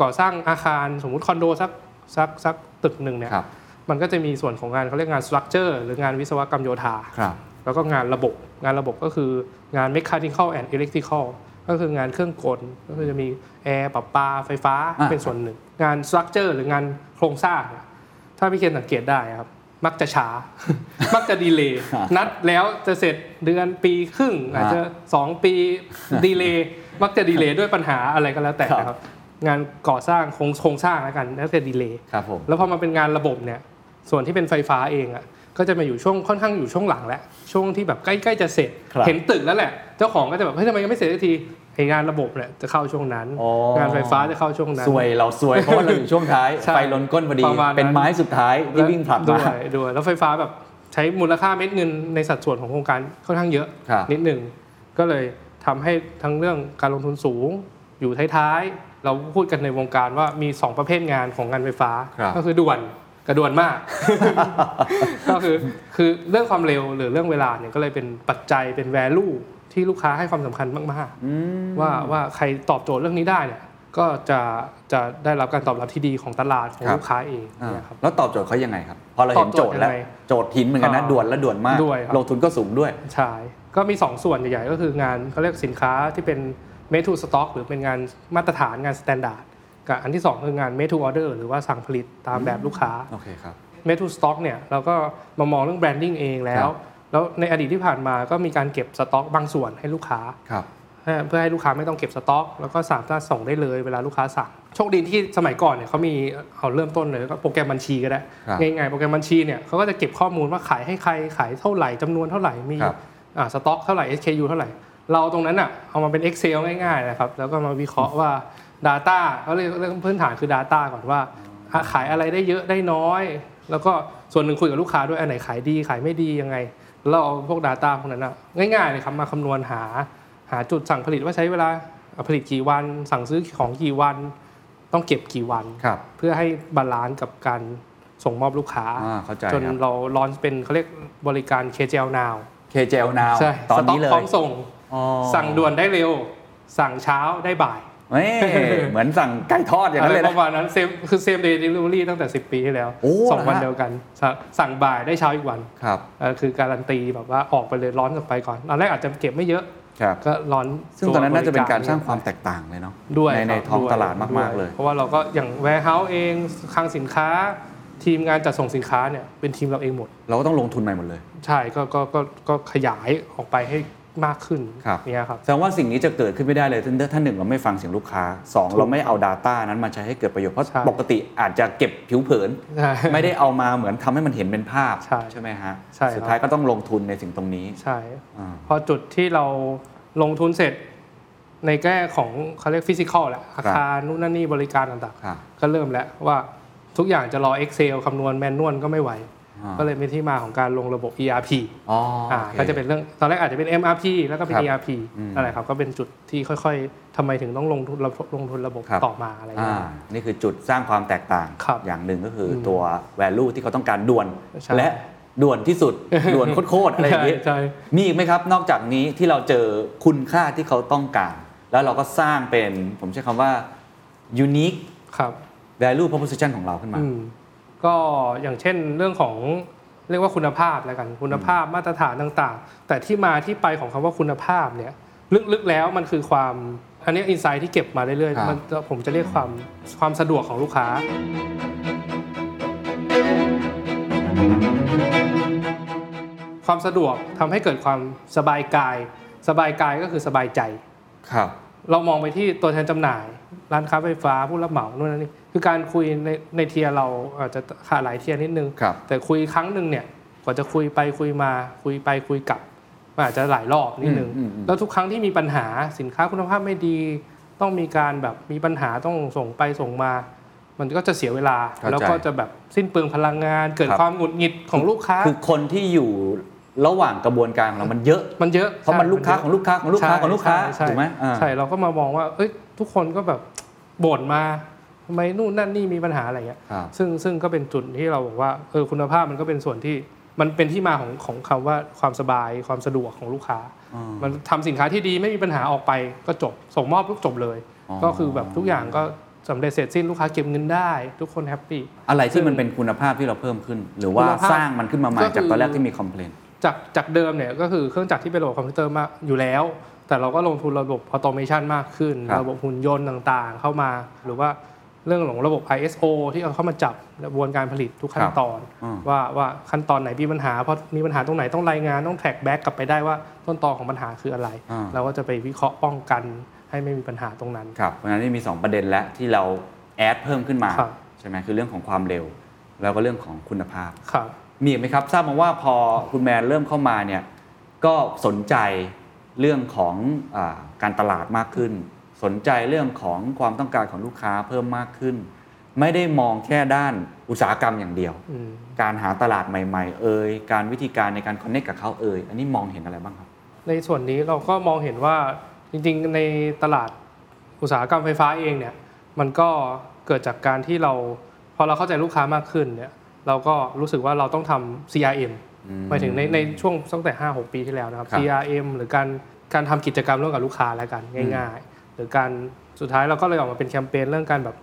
S3: ก่อสร้างอาคารสมมุติคอนโดสักสักสักตึกหนึ่งเนี่ย
S1: ครับ
S3: มันก็จะมีส่วนของงานเขาเรียกงานสตรัคเจอร์หรืองานวิศวกรรมโยธา
S1: ครับ
S3: แล้วก็งานระบบงานระบบก็คืองาน mechanical and electrical ก็คืองานเครื่องกลก็คือจะมีแอร์ประปาไฟฟ้า
S1: อ่า
S3: เป็นส่วนหนึ่ง งาน structure หรืองานโครงสร้างเนี่ยถ้าพี่เคนสังเกตได้ครับ มักจะช้า มักจะดีเลย์นัดแล้วจะเสร็จเดือนปีครึ่งอาจจะ 2 ปีดีเลย์มักจะดีเลย์ด้วยปัญหาอะไรก็แล้วแต่นะครับ งานก่อสร้างโครงโครงสร้างแล้วกันแล้วแต่ดีเลย์
S1: ครับผม
S3: แล้วพอมาเป็นงานระบบเนี่ยส่วนที่เป็นไฟฟ้าเองอ่ะก็จะมาอยู่ช่วงค่อนข้างอยู่ช่วงหลังแล้วช่วงที่แบบใกล้ๆจะเสร็จ
S1: ครับ
S3: เห็นตึกแล้วแหละ เจ้าของก็จะแบบเฮ้ยทำไมยังไม่เสร็จสักทีไองานระบบเนี่ยจะเข้าช่วงนั้น
S1: อ๋อ
S3: งานไฟฟ้าจะเข้าช่วงนั้น
S1: สวยเราสวยเพราะว่าเราอยู่ช่วงท้าย
S3: ใช่
S1: ไฟล้นก้นพอดี
S3: ประมาณนั้น
S1: เป็นไม้สุดท้ายที่วิ่งผลัด
S3: ด้ว
S1: มา
S3: ยด้วยแล้วไฟฟ้าแบบใช้มูลค่าเม็ดเงินในสัดส่วนของโครงการค่อนข้างเยอะ
S1: ครับ
S3: นิดหนึ่งก็เลยทำให้ทั้งเรื่องการลงทุนสูงอยู่ท้ายๆ เราพูดกันในวงการว่ามี 2 ประเภทงานของงานไฟฟ้า
S1: ครับ
S3: ก็คือด่วนกับด่วนมาก ก็คือคือเรื่องความเร็วหรือเรื่องเวลาเนี่ยก็เลยเป็นปัจจัยเป็น value ที่ลูกค้าให้ความสำคัญมากๆว่าว่าใครตอบโจทย์เรื่องนี้ได้เนี่ย ก็จะจะได้รับการตอบรับที่ดีของตลาดของ
S1: ครับ
S3: ลูกค้าเอง
S1: อ่า
S3: เนี่ยครับ
S1: แล้วตอบโจทย์เขายังไงครับพอเราเห็นโจทย์แล้ว
S3: ตอบโจทย์ยังไง
S1: โจทย์หินเหมือนกันนะ
S3: อ่า
S1: ด่วนและด่วนมาก
S3: ด้วยครับ
S1: ลงทุนก็สูงด้วย
S3: ใช่ก็มี 2 ส่วนใหญ่ๆ ก็คืองานเขาเรียกสินค้าที่เป็น made to stock หรือเป็นงานมาตรฐานงาน standard กับอันที่ 2 คืองาน made to order หรือว่าสั่งผลิตตามแบบลูกค้า
S1: โอเคครับ
S3: made to stock เนี่ยเราก็มามองเรื่อง branding เองแล้
S1: ค
S3: ว
S1: รับ
S3: แล้วในอดีตที่ผ่านมาก็มีการเก็บสต็อกบางส่วนให้ลูกค้า
S1: ครับ
S3: เพื่อให้ลูกค้าไม่ต้องเก็บสต็อก แล้วก็สามารถส่งได้เลยเวลาลูกค้าสั่งโชคดีที่สมัยก่อนเนี่ยเขามีเอาเริ่มต้นเลยก็โปรแกรมบัญชีก็ได้
S1: ครับ
S3: ง่ายๆโปรแกรมบัญชีเนี่ยเขาก็จะเก็บข้อมูลว่าขายให้ใครขายเท่าไหร่จำนวนเท่าไหร่มี
S1: ครับ
S3: อ่าสต็อกเท่าไหร่ SKU เท่าไหร่ เราตรงนั้นอ่ะเอามาเป็น Excel ง่ายๆนะครับแล้วก็มาวิเคราะห์ว่า Data ก็เรื่องเรื่องพื้นฐานคือ Data ก่อนว่าอ่ะขายอะไรได้เยอะได้น้อย แล้วก็ส่วนหนึ่งคุยกับลูกค้าด้วยอันไหนขายดีขายไม่ดียังไงเราเอาพวก Data พวกนั้นอ่ะง่ายๆเลยครับมาคำนวณหา หาจุดสั่งผลิตว่าใช้เวลาผลิตกี่วัน สั่งซื้อของกี่วัน ต้องเก็บกี่วัน
S1: ครับ
S3: เพื่อให้บาลานซ์กับการส่งมอบลูกค้า
S1: อ่าเข้าใจ
S3: จน
S1: ครับ
S3: เราลอนเป็นเขาเรียกบริการ KGL Now
S1: KJL now
S3: ใช่
S1: ตอน
S3: สต็อก
S1: นี้เลย
S3: พร้อมส่ง
S1: อ๋อ
S3: สั่งด่วนได้เร็ว สั่งเช้าได้บ่าย
S1: เอ้ยเหมือนสั่งไก่ทอดอย่าง
S3: อะ
S1: นั้น
S3: ไร
S1: เลย
S3: ป
S1: นะ
S3: ระมาณนั้นเซมคือเซมเดย์ดิลิเวอรี่ตั้งแต่ 10 ปีที่แล้ว
S1: โอ้
S3: สองวัน
S1: เหรอฮะ
S3: เดียวกันสั่งสั่งบ่ายได้เช้าอีกวัน
S1: ครับ
S3: เอ่อคือการันตีแบบว่าออกไปเลยร้อนออกไปก่อนตอนแรกอาจจะเก็บไม่เยอะ
S1: ครับ
S3: ก็ร้อน
S1: ซึ่งตอนนั้นน่าจะเป็นการสร้าง
S3: บ
S1: ความแตกต่างเลยเนาะ
S3: ด้วย
S1: ในใน
S3: ครับ
S1: ท้อง
S3: ด้วย
S1: ตลาดมาก
S3: ด้ว
S1: ๆ เลย
S3: เพราะว่าเราก็อย่าง warehouse เองคลังสินค้า ทีมงานจัดส่งสินค้าเนี่ยเป็นทีมเราเองหมด
S1: เราก็ต้องลงทุนใหม่หมดเลย
S3: ใช่ก็ก็ก็ก็ขยายออกไปให้มากขึ้นเนี่ยครับ
S1: แสดงว่าสิ่งนี้จะเกิดขึ้นไม่ได้เลยถ้าถ้าหนึ่งเราไม่ฟังเสียงลูกค้า 2 เราไม่เอา Data นั้นมาใช้ให้เกิดประโยชน์เพราะ
S3: ใช่
S1: ปกติอาจจะเก็บผิวเผิน
S3: ใช่
S1: ไม่ได้เอามาเหมือนทำให้มันเห็นเป็นภาพ
S3: ใช่
S1: ไหมฮะ
S3: ใช่ครับ
S1: สุดท้ายก็ต้องลงทุนในสิ่งตรงนี้
S3: ใช่
S1: อ่า
S3: พอจุดที่เราลงทุนเสร็จในแง่ของเขาเรียกฟิสิกอลแหละอาคารนู่นนั่นนี่บริการต่าง
S1: ครับ
S3: ๆ ก็เริ่มแล้วว่าทุกอย่างจะรอ Excel คำนวณแมนนวลก็ไม่ไหว
S1: อ่า
S3: ก็เลยเป็นที่มาของการลงระบบ ERP
S1: อ๋อ
S3: อ่า
S1: โอค
S3: ก็จะเป็นเรื่องตอนแรกอาจจะเป็น MRP แล้วก็เป็น
S1: ครับ
S3: ERP
S1: อืม
S3: อะไรครับก็เป็นจุดที่ค่อยๆทำไมถึงต้องลงทุนระบบลงทุนระบบ
S1: ครับ
S3: ต่อมาอะไร
S1: อ่า
S3: เงี้ย
S1: นี่คือจุดสร้างความแตกต่าง
S3: ครับ
S1: อย่างหนึ่งก็คืออ
S3: ม
S1: ตัว value ที่เขาต้องการด่วน
S3: ใช่
S1: และด่วน ที่สุด ด่วนโคตรๆอะไรอย่างนี้
S3: ใช่
S1: มีอีกไหมครับ นอกจากนี้ที่เราเจอคุณค่าที่เขาต้องการ แล้วเราก็สร้างเป็นผมใช้คำว่า unique
S3: ครับ
S1: value proposition ของเราขึ้นมา
S3: อืมก็อย่างเช่นเรื่องของเรียกว่าคุณภาพแล้วกันคุณภาพมาตรฐานต่างๆ แต่ที่มาที่ไปของคำว่าคุณภาพเนี่ยลึกๆแล้วมันคือความอันนี้อินไซต์ที่เก็บมาเรื่อย
S1: ครับ
S3: ๆมันผมจะเรียกความความสะดวกของลูกค้า ความสะดวกทำให้เกิดความสบายกาย สบายกายก็คือสบายใจ
S1: ครับ
S3: เรามองไปที่ตัวแทนจำหน่าย ร้านค้าไฟฟ้าผู้รับเหมานู่นนั่นนี่คือการคุยในในเทียร์เราอาจจะขาดหลายเทียร์นิดนึง
S1: ครับ
S3: แต่คุยครั้งหนึ่งเนี่ยกว่าจะคุยไปคุยมาคุยไปคุยกลับมันอาจจะหลายรอบนิดนึง
S1: อืมอืมอืม
S3: แล้วทุกครั้งที่มีปัญหาสินค้าคุณภาพไม่ดี ต้องมีการแบบมีปัญหาต้องส่งไปส่งมา มันก็จะเสียเวลา
S1: เข้าใจ
S3: แล้วก็จะแบบสิ้นเปลืองพลังงาน เกิด
S1: ครับ
S3: ความหงุดหงิดของลูกค้า
S1: คือคนที่อยู่ระหว่างกระบวนการของเรามันเยอะ
S3: มันเยอะ
S1: เพราะมัน
S3: ใช่
S1: ลูกค้า
S3: เย
S1: ข
S3: อะ
S1: องลูกค้าของลูกค้าของลูกค้า
S3: ใช่
S1: ถูกไหมอ่า
S3: ใช่เราก็มามองว่าเอ้ยทุกคนก็แบบบ่นมาทำไมนู่นนั่นนี่มีปัญหาอะไรเงี้ย
S1: ครับ
S3: ซึ่งซึ่งก็เป็นจุดที่เราบอกว่าเออคุณภาพมันก็เป็นส่วนที่มันเป็นที่มาของของคำว่าความสบายความสะดวกของลูกค้า มันทำสินค้าที่ดีไม่มีปัญหาออกไปก็จบ ส่งมอบปุ๊บจบเลย
S1: อ๋อ
S3: ก็คือแบบทุกอย่างก็สำเร็จเสร็จสิ้นลูกค้าเก็บเงินได้ ทุกคนแฮปปี้
S1: อะไรที่มันเป็นคุณภาพที่เราเพิ่มขึ้น หรือว่า
S3: คุณภาพ
S1: สร้างมันขึ้นมาใหม่
S3: ก็คือ
S1: จากตอนแรกที่มีคอมเพลน
S3: จากจากเดิมเนี่ยก็คือเครื่องจักรที่เป็นระบบคอมพิวเตอร์มาอยู่แล้ว แต่เราก็ลงทุนระบบออโตเมชันมากขึ้น
S1: ครับ
S3: ระบบหุ่นยนต์ต่างๆ เข้ามาหรือว่าเรื่องของระบบ ISO ที่เอาเข้ามาจับกระบวนการผลิตทุกขั้นตอน
S1: อืม
S3: ว่าว่าขั้นตอนไหนมีปัญหาเพราะมีปัญหาตรงไหนต้องรายงานต้องแท็กแบ็กกลับไปได้ว่าต้นตอของปัญหาคืออะไร เราก็จะไปวิเคราะห์ป้องกันให้ไม่มีปัญหาตรงนั้น
S1: ครับเพราะฉะนั้นนี่มี 2 ประเด็นแล้วที่เราแอดเพิ่มขึ้นมา
S3: ครับ
S1: ใช่ไหมคือเรื่องของความเร็ว แล้วก็เรื่องของคุณภาพ
S3: ครับ
S1: มีอีกไหมครับ ทราบมาว่าพอคุณแมนเริ่มเข้ามาเนี่ยก็สนใจเรื่องของอาการตลาดมากขึ้น สนใจเรื่องของความต้องการของลูกค้าเพิ่มมากขึ้น ไม่ได้มองแค่ด้านอุตสาหกรรมอย่างเดียว
S3: อืม
S1: การหาตลาดใหม่ ๆ เอ่ยการวิธีการในการคอนเนคกับเขาเอ่ยอันนี้มองเห็นอะไรบ้างครับ
S3: ในส่วนนี้เราก็มองเห็นว่าจริงๆ ในตลาดอุตสาหกรรมไฟฟ้าเองเนี่ยมันก็เกิดจากการที่เราพอเราเข้าใจลูกค้ามากขึ้นเนี่ยเราก็รู้สึกว่าเราต้องทำ CRM หมายถึงในในช่วงตั้งแต่ 5 6 ปีที่แล้วนะครับ
S1: ครับ
S3: CRM หรือการการทำกิจกรรมร่วมกับลูกค้าแล้วกันง่าย ๆ หรือการสุดท้ายเราก็เลยออกมาเป็นแคมเปญเรื่องการแบบ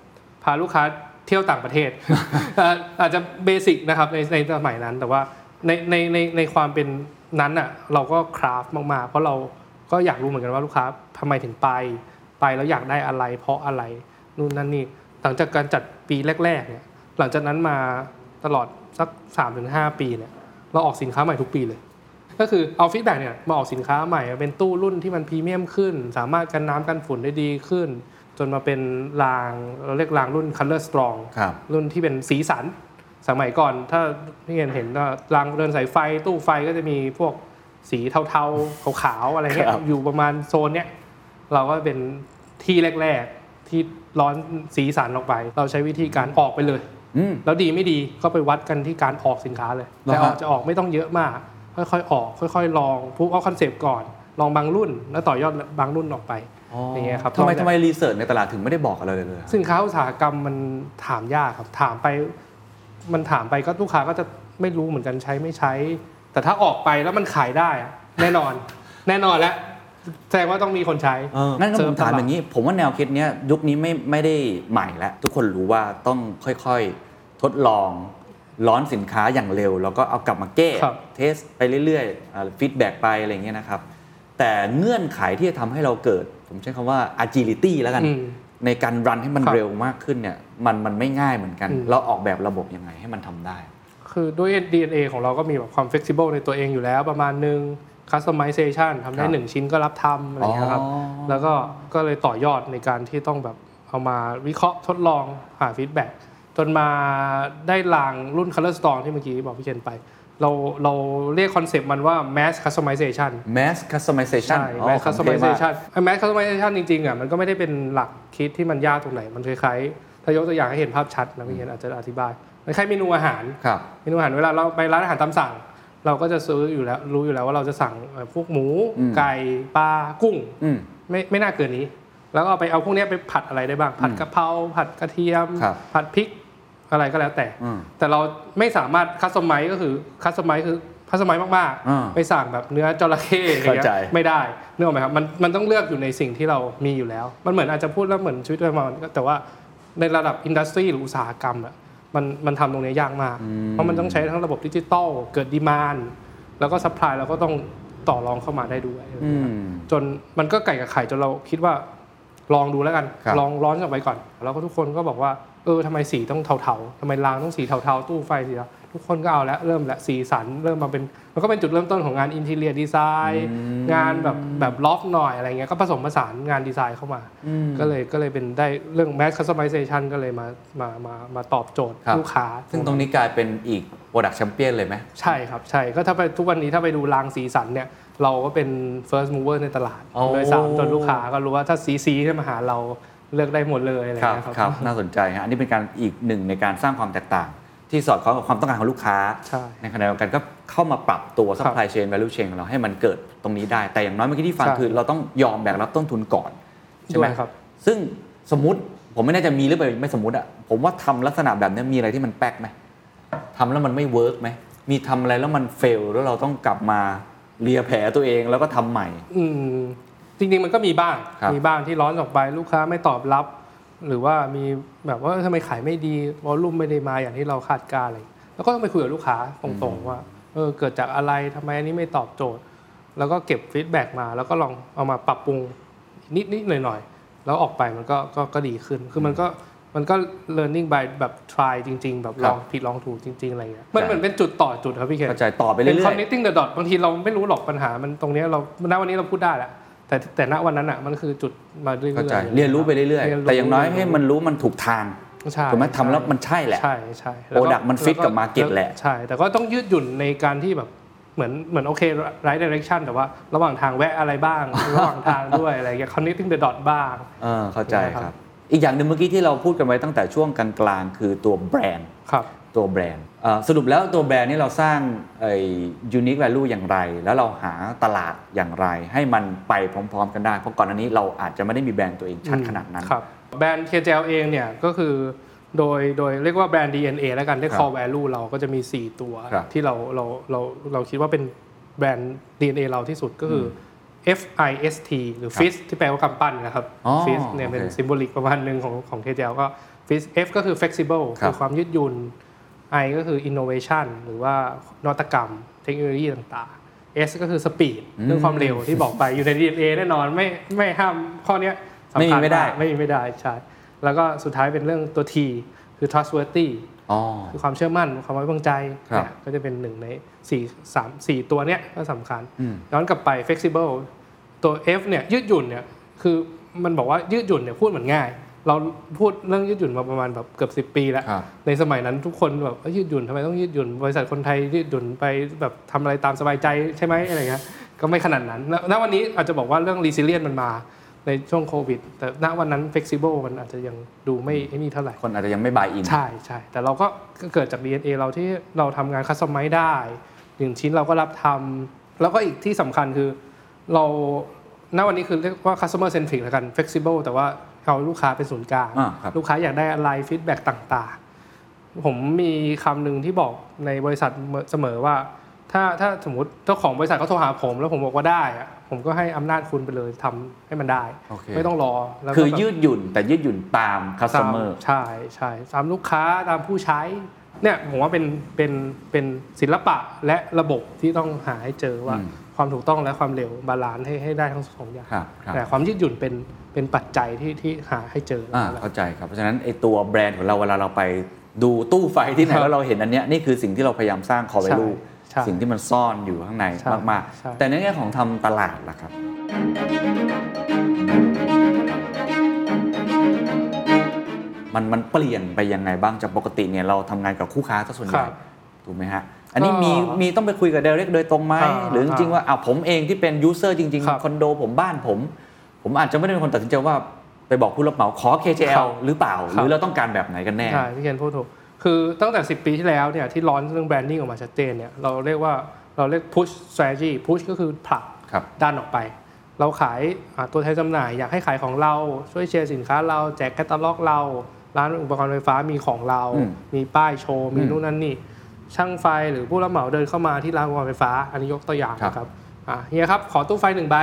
S3: พาลูกค้าเที่ยวต่างประเทศ เอ่ออาจจะเบสิกนะครับในในสมัยนั้นแต่ว่าในในในในความเป็นนั้นอ่ะเราก็คราฟมากๆ เพราะเราก็อยากรู้เหมือนกันว่าลูกค้าทำไมถึงไป ไปแล้วอยากได้อะไร เพราะอะไรนู่นนั่นนี่หลังจากการจัดปีแรกๆเนี่ยหลังจากนั้นมาตลอดสัก 3-5 ปีเนี่ยเราออกสินค้าใหม่ทุกปีเลย ก็คือเอาฟีดแบ็กเนี่ยมาออกสินค้าใหม่เป็นตู้รุ่นที่มันพรีเมียมขึ้น สามารถกันน้ำกันฝุ่นได้ดีขึ้น จนมาเป็นรางเราเรียกรางรุ่น Color Strong
S1: ครับ
S3: รุ่นที่เป็นสีสัน สมัยก่อนถ้าพี่เห็นเห็นก็รางเดินสายไฟตู้ไฟก็จะมีพวกสีเทาๆ ขาวๆ อะไรเงี้ย
S1: ครับ
S3: อยู่ประมาณโซนเนี้ยเราก็เป็นที่แรกๆ ที่ร้อนสีสันออกไป เราใช้วิธีการออกไปเลย
S1: อืม
S3: แล้วดีไม่ดีก็ไปวัดกันที่การออกสินค้าเลย
S1: หรอ
S3: แต่
S1: ฮะ
S3: ออกจะออกไม่ต้องเยอะมาก ค่อยๆออก ค่อยๆ ลองพูดเอาคอนเซปต์ก่อน ลองบางรุ่น แล้วต่อยอดบางรุ่นออกไปอย่างเงี้ยครับ
S1: ทำไม
S3: ลอง
S1: ทำไมรีเสิร์ชในตลาดถึงไม่ได้บอกอะไรเลยเลยอะ
S3: สินค้าอุตสาหกรรมมันถามยากครับ ถามไป มันถามไปก็ลูกค้าก็จะไม่รู้เหมือนกันใช้ไม่ใช้ แต่ถ้าออกไปแล้วมันขายได้อะแน่นอน แน่นอนแล้วแสดงว่าต้องมีคนใช้
S1: เอองั้นก็
S3: เสริ
S1: ผมถาม
S3: ตล
S1: อ
S3: ด
S1: ย่างนี้ ผมว่าแนวคิดเนี้ยยุคนี้ไม่ไม่ได้ใหม่แล้ว ทุกคนรู้ว่าต้องค่อยๆ ทดลองร้อนสินค้าอย่างเร็ว แล้วก็เอากลับมาแก้
S3: ครับ
S1: เทสไปเรื่อยๆฟีดแบ็กไปอะไรอย่างเงี้ยนะครับ แต่เงื่อนไขที่จะทำให้เราเกิด ผมใช้คำว่า agility แล้วกัน
S3: อืม
S1: ในการรันให้มัน
S3: ครับ
S1: เร็วมากขึ้นเนี่ยมันมันไม่ง่ายเหมือนกัน
S3: อืม
S1: เราออกแบบระบบยังไงให้มันทำได้
S3: คือด้วย DNA ของเราก็มีแบบความ flexible ในตัวเองอยู่แล้วประมาณหนึ่ง customization ทำได้
S1: ครับ
S3: หนึ่งชิ้นก็รับทำอะไรอย่างเงี้ยครับ
S1: อ๋อ
S3: แล้วก็ก็เลยต่อยอดในการที่ต้องแบบเอามาวิเคราะห์ทดลองหา feedback จนมาได้รางรุ่น Color Storm ที่เมื่อกี้บอกพี่เคนไป เราเราเรียกคอนเซปต์มันว่า mass customization
S1: mass customization
S3: ใช่
S1: อ๋อ
S3: mass
S1: ของเท่มาก
S3: customization ไอ้ mass customization จริงๆอ่ะมันก็ไม่ได้เป็นหลักคิดที่มันยากตรงไหน มันคล้ายๆถ้ายกตัวอย่างให้เห็นภาพชัดนะพี่เคนอาจจะอธิบายมันคล้ายเมนูอาหาร
S1: ครับ
S3: เมนูอาหารเวลาเราไปร้านอาหารตามสั่ง เราก็จะซื้ออยู่แล้วรู้อยู่แล้วว่าเราจะสั่งเอ่อพวกหมู
S1: อืม
S3: ไก่ปลากุ้ง
S1: อืม
S3: ไม่ไม่น่าเกินนี้ แล้วก็เอาไปเอาพวกเนี้ยไปผัดอะไรได้บ้าง ผัดกะเพราผัดกระเทียม
S1: ครับ
S3: ผัดพริกอะไรก็แล้วแต่
S1: อืม
S3: แต่เราไม่สามารถคัสตอมไมซ์ก็คือคัสตอมไมซ์คือคัสตอมไมซ์มาก
S1: อ่า
S3: ๆไปสั่งแบบเนื้อจระเข้อะไร
S1: เข้าใจ
S3: เงี้ยไม่ได้เนื้ออกไหมครับมันมันต้องเลือกอยู่ในสิ่งที่เรามีอยู่แล้ว มันเหมือนอาจจะพูดแล้วเหมือนชีวิตประจำวันก็แต่ว่าในระดับอินดัสทรีหรืออุตสาหกรรมอะมันมันทำตรงเนี้ยยากมาก เพราะมันต้องใช้ทั้งระบบดิจิตอลเกิดดีมานแล้วก็ซัพพลายเราก็ต้องต่อรองเข้ามาได้ด้วย
S1: อืม
S3: จนมันก็ไก่กับไข่จนเราคิดว่าลองดูแล้วกัน
S1: ครับ
S3: ลองร้อนออกไปก่อน แล้วก็ทุกคนก็บอกว่า เออทำไมสีต้องเทาๆทำไมรางต้องสีเทาๆ ตู้ไฟสีเทาทุกคนก็เอาแล้วเริ่มละสีสันเริ่มมาเป็นมันก็เป็นจุดเริ่มต้นของงานอินเทเรียดีไซน์งานแบบแบบลอฟหน่อยอะไรเงี้ยก็ผสมผสานงานดีไซน์เข้ามา ก็เลยก็เลยเป็นได้เรื่องแมสคัสตอมไ z เซชันก็เลยมามามามาตอบโจทย์
S1: ครับ
S3: ลูกค้า
S1: ซึ่งตรงนี้กลายเป็นอีก product champion เลยไหม
S3: ใช่ครับ ใช่ ก็ถ้าไปทุกวันนี้ถ้าไปดูรางสีสันเนี่ย เราก็เป็น first mover ในตลาด
S1: โอ้
S3: โดยสามจนลูกค้าก็รู้ว่าถ้าสีสีเนี่ยมาหาเราเลือกได้หมดเลยอะไร
S1: ครับ
S3: เงี้ยครับ
S1: ครับน่าสนใจฮะอันนี้เป็นการอีกหนึ่งในการสร้างความแตกต่าง ที่สอดคล้องกับความต้องการของลูกค้า
S3: ใช่
S1: ขณะเดียวกันก็เข้ามาปรับตัว
S3: ครับ
S1: supply chain value chain ของเราให้มันเกิดตรงนี้ได้ แต่อย่างน้อยเมื่อกี้ที่ฟัง
S3: ใช่
S1: คือเราต้องยอมแบกรับต้นทุนก่อน ใช่
S3: ด้
S1: ไห
S3: ว
S1: ม
S3: ยครับ
S1: ซึ่งสมมติผมไม่แน่าจะมีหรือเปล่าไม่สมมติอะผมว่าทำลักษณะแบบนี้มีอะไรที่มันแป๊กไหมทำแล้วมันไม่เวิร์กไหมมีทำอะไรแล้วมันเฟลแล้วเราต้องกลับมาเลียแผลตัวเองแล้วก็ทำใหม่
S3: อืมจริงๆมันก็มีบ้าง
S1: ครับ
S3: มีบ้างที่ร้อนออกไปลูกค้าไม่ตอบรับ หรือว่ามีแบบว่าเอ้ยทำไมขายไม่ดีวอลลุ่มไม่ได้มาอย่างที่เราคาดการณ์อะไรแล้วก็ต้องไปคุยกับลูกค้าตรงๆว่าเออเกิดจากอะไรทำไมอันนี้ไม่ตอบโจทย์ แล้วก็เก็บฟีดแบ็กมา แล้วก็ลองเอามาปรับปรุงนิดๆหน่อยๆ แล้วออกไปมันก็ก็ก็ดีขึ้นคือมันก็มันก็ learning by แบบ try จริง ๆ แบบ
S1: ค
S3: ล
S1: รับ
S3: องผิดลองถูกจริงๆอะไรเงี้ยมัน
S1: ใช่
S3: เหมือนเป็นจุดต่อจุดครับพี่เคน
S1: กระจายต่อไปเรื่
S3: เป็น
S1: อย
S3: connecting the dot บางทีเราไม่รู้หรอกปัญหามันตรงเนี้ยเราณวันนี้เราพูดได้แหละแต่แต่ณวันนั้นอ่ะมันคือจุดมาเรื่อย
S1: ๆ
S3: ๆ
S1: เข้าใจเรียนรู้ไปเรื่อยๆ แต่อย่างน้อยให้มันรู้มันถูกทาง
S3: ใช่
S1: ถูกไหมทำแล้วมันใช่แหละ
S3: ใช่ใช่
S1: โปรดักต์มัน fit กับ market แหละ
S3: ใช่ แต่ก็ต้องยืดหยุ่นในการที่แบบเหมือนเหมือนโอเค right direction แต่ว่าระหว่างทางแวะอะไรบ้าง ระหว่างทางด้วยอะไรอย่างเงี้ย connecting the dot บ้าง
S1: เออเข้าใจค
S3: ครั
S1: รับ
S3: บ
S1: อีกอย่างหนึ่งเมื่อกี้ที่เราพูดกันไว้ตั้งแต่ช่วงกลางๆ คือตัวแบรนด์
S3: ครับ
S1: ตัวแบรนด์เอ่อสรุปแล้วตัวแบรนด์นี่เราสร้างไอ้ unique value อย่างไร แล้วเราหาตลาดอย่างไร ให้มันไปพร้อมๆ กันได้ เพราะก่อนอันนี้เราอาจจะไม่ได้มีแบรนด์ตัวเองชัดขนาดนั้น
S3: ครับแบรนด์เคเจลเองเนี่ยก็คือโดยโดยเรียกว่าแบรนด์ DNA แล้วกันได้
S1: ครับ
S3: core value เราก็จะมี 4 ตัว
S1: ครับ
S3: ที่เราเราเราเราคิดว่าเป็นแบรนด์ DNA เราที่สุดก็คืออ FIST หรือ FIST ที่แปลว่ากำปั้นนะครับ
S1: อ๋อ
S3: FIST เนี่ยเป็น
S1: โอเค
S3: ซิมโบลิกประมาณหนึ่งของของ KTL ก็ Fis- F ก็คือ flexible
S1: ครับ
S3: คือความยืดหยุ่น I ก็คือ innovation หรือว่านวัตกรรม เทคโนโลยีต่างๆ S ก็คือ speed เรื่องความเร็วที่บอกไปอยู่ใน DNA แน่นอนไม่ไม่ห้ามข้อเนี้ยสำคั
S1: ไม่
S3: ญ
S1: มีไม่ได้
S3: ากไม่มีไม่ได้ใช่แล้วก็สุดท้ายเป็นเรื่องตัว T คือ trustworthy
S1: อ๋อ
S3: คือความเชื่อมั่นความไว้วางใจ
S1: ครับ
S3: เนี่ยก็จะเป็นหนึ่งใน4 3 4ตัวเนี้ยก็สำคัญ ย้อนกลับไป flexible ตัว F เนี่ยยืดหยุ่นเนี่ยคือมันบอกว่ายืดหยุ่นเนี่ยพูดเหมือนง่าย เราพูดเรื่องยืดหยุ่นมาประมาณแบบเกือบ 10 ปีแล้ว
S1: ครับ
S3: ในสมัยนั้นทุกคนแบบเอ้ยยืดหยุ่นทำไมต้องยืดหยุ่น บริษัทคนไทยยืดหยุ่นไปแบบทำอะไรตามสบายใจใช่ไหมอะไรเงี้ยก็ไม่ขนาดนั้นณณวันนี้อาจจะบอกว่าเรื่อง resilient มันมาในช่วงโควิด แต่ณวันนั้น flexible มันอาจจะยังดูไม่ไอ้นี่เท่าไหร่
S1: คนอาจจะยังไม่บายอิน
S3: ใช่ใช่แต่เราก็เกิดจาก DNA เราที่เราทำงานคัสตอมไมซ์ได้หนึ่งชิ้นเราก็รับทำแล้วก็อีกที่สำคัญคือเราณวันนี้คือเรียกว่า customer centric แล้วกัน flexible แต่ว่าเอาลูกค้าเป็นศูนย์กลาง
S1: อ่าครับ
S3: ลูกค้าอยากได้อะไรฟีดแบ็ต่างๆ ผมมีคำหนึ่งที่บอกในบริษัทเสมอว่า ถ้าถ้าสมมติเจ้าของบริษัทเขาโทรหาผม แล้วผมบอกว่าได้อะผมก็ให้อำนาจคุณไปเลยทำให้มันได้
S1: โอเค
S3: ไม่ต้องรอแล้วก็
S1: คือ
S3: แบบ
S1: ยืดหยุ่นแต่ยืดหยุ่นตามคัสเต
S3: ตาม
S1: อร์
S3: ใช่ใช่ตามลูกค้าตามผู้ใช้เนี่ยผมว่าเป็นเป็นเป็นศิลปะและระบบที่ต้องหาให้เจอว่า
S1: อืม
S3: ความถูกต้องและความเร็วบาลานซ์ให้ให้ได้ทั้งสองอย่าง
S1: ครับครับ
S3: แต่ความยืดหยุ่นเป็นเป็นปัจจัยที่ที่หาให้เจออ
S1: อ่า
S3: นั่นแหละ
S1: เข้าใจครับ เพราะฉะนั้นไอตัวแบรนด์ของเราเวลาเราไปดูตู้ไฟที่ไหน
S3: ครับ
S1: แล้วเราเห็นอันเนี้ยนี่คือสิ่งที่เราพยายามสร้างคอ v ว l u
S3: ใช่
S1: สิ่งที่มันซ่อนอยู่ข้างใน
S3: ใช่
S1: มาก
S3: ใช่
S1: ๆ แต่ในแง่ของทำตลาดล่ะครับ มันมันเปลี่ยนไปยังไงบ้างจากปกติเนี่ยเราทำงานกับคู่ค้าซะส่วนให
S3: ค
S1: ญ่
S3: รับ
S1: ถูกไหมฮะ อันนี้มี
S3: ก็
S1: มีต้องไปคุยกับเดเรกโดยตรงไหม
S3: อ่า
S1: หรือจริงๆว่าอ่าผมเองที่เป็นยูเซอร์จริง
S3: ครับ
S1: ๆ คอนโดผมบ้านผม ผมอาจจะไม่ได้เป็นคนตัดสินใจว่าไปบอกผู้รับเหมาขอ KJL หรือเปล่า หรือเราต้องการแบบไหนกันแน่
S3: ใช่พี่เคนพูดถูกคือตั้งแต่ 10 ปีที่แล้วเนี่ยที่ร้อนเรื่องแบรนดิ้งออกมาชัดเจนเนี่ยเราเรียกว่าเราเรียก push strategy push ก็คือผลัก
S1: ครับ
S3: ดันออกไป เราขายอ่าตัวแทนจำหน่าย อยากให้ขายของเราช่วยเชียร์สินค้าเราแจกแคตตาล็อกเรา ร้านอุปกรณ์ไฟฟ้ามีของเรา
S1: อืม
S3: มีป้ายโชว์ มี
S1: อืม
S3: นู่นนั่นนี่ ช่างไฟหรือผู้รับเหมาเดินเข้ามาที่ร้านอุปกรณ์ไฟฟ้า อันนี้ยกตัวอย่าง
S1: ครับ
S3: นะครับอ่ะเฮียครับ ขอตู้ไฟหนึ่งใบ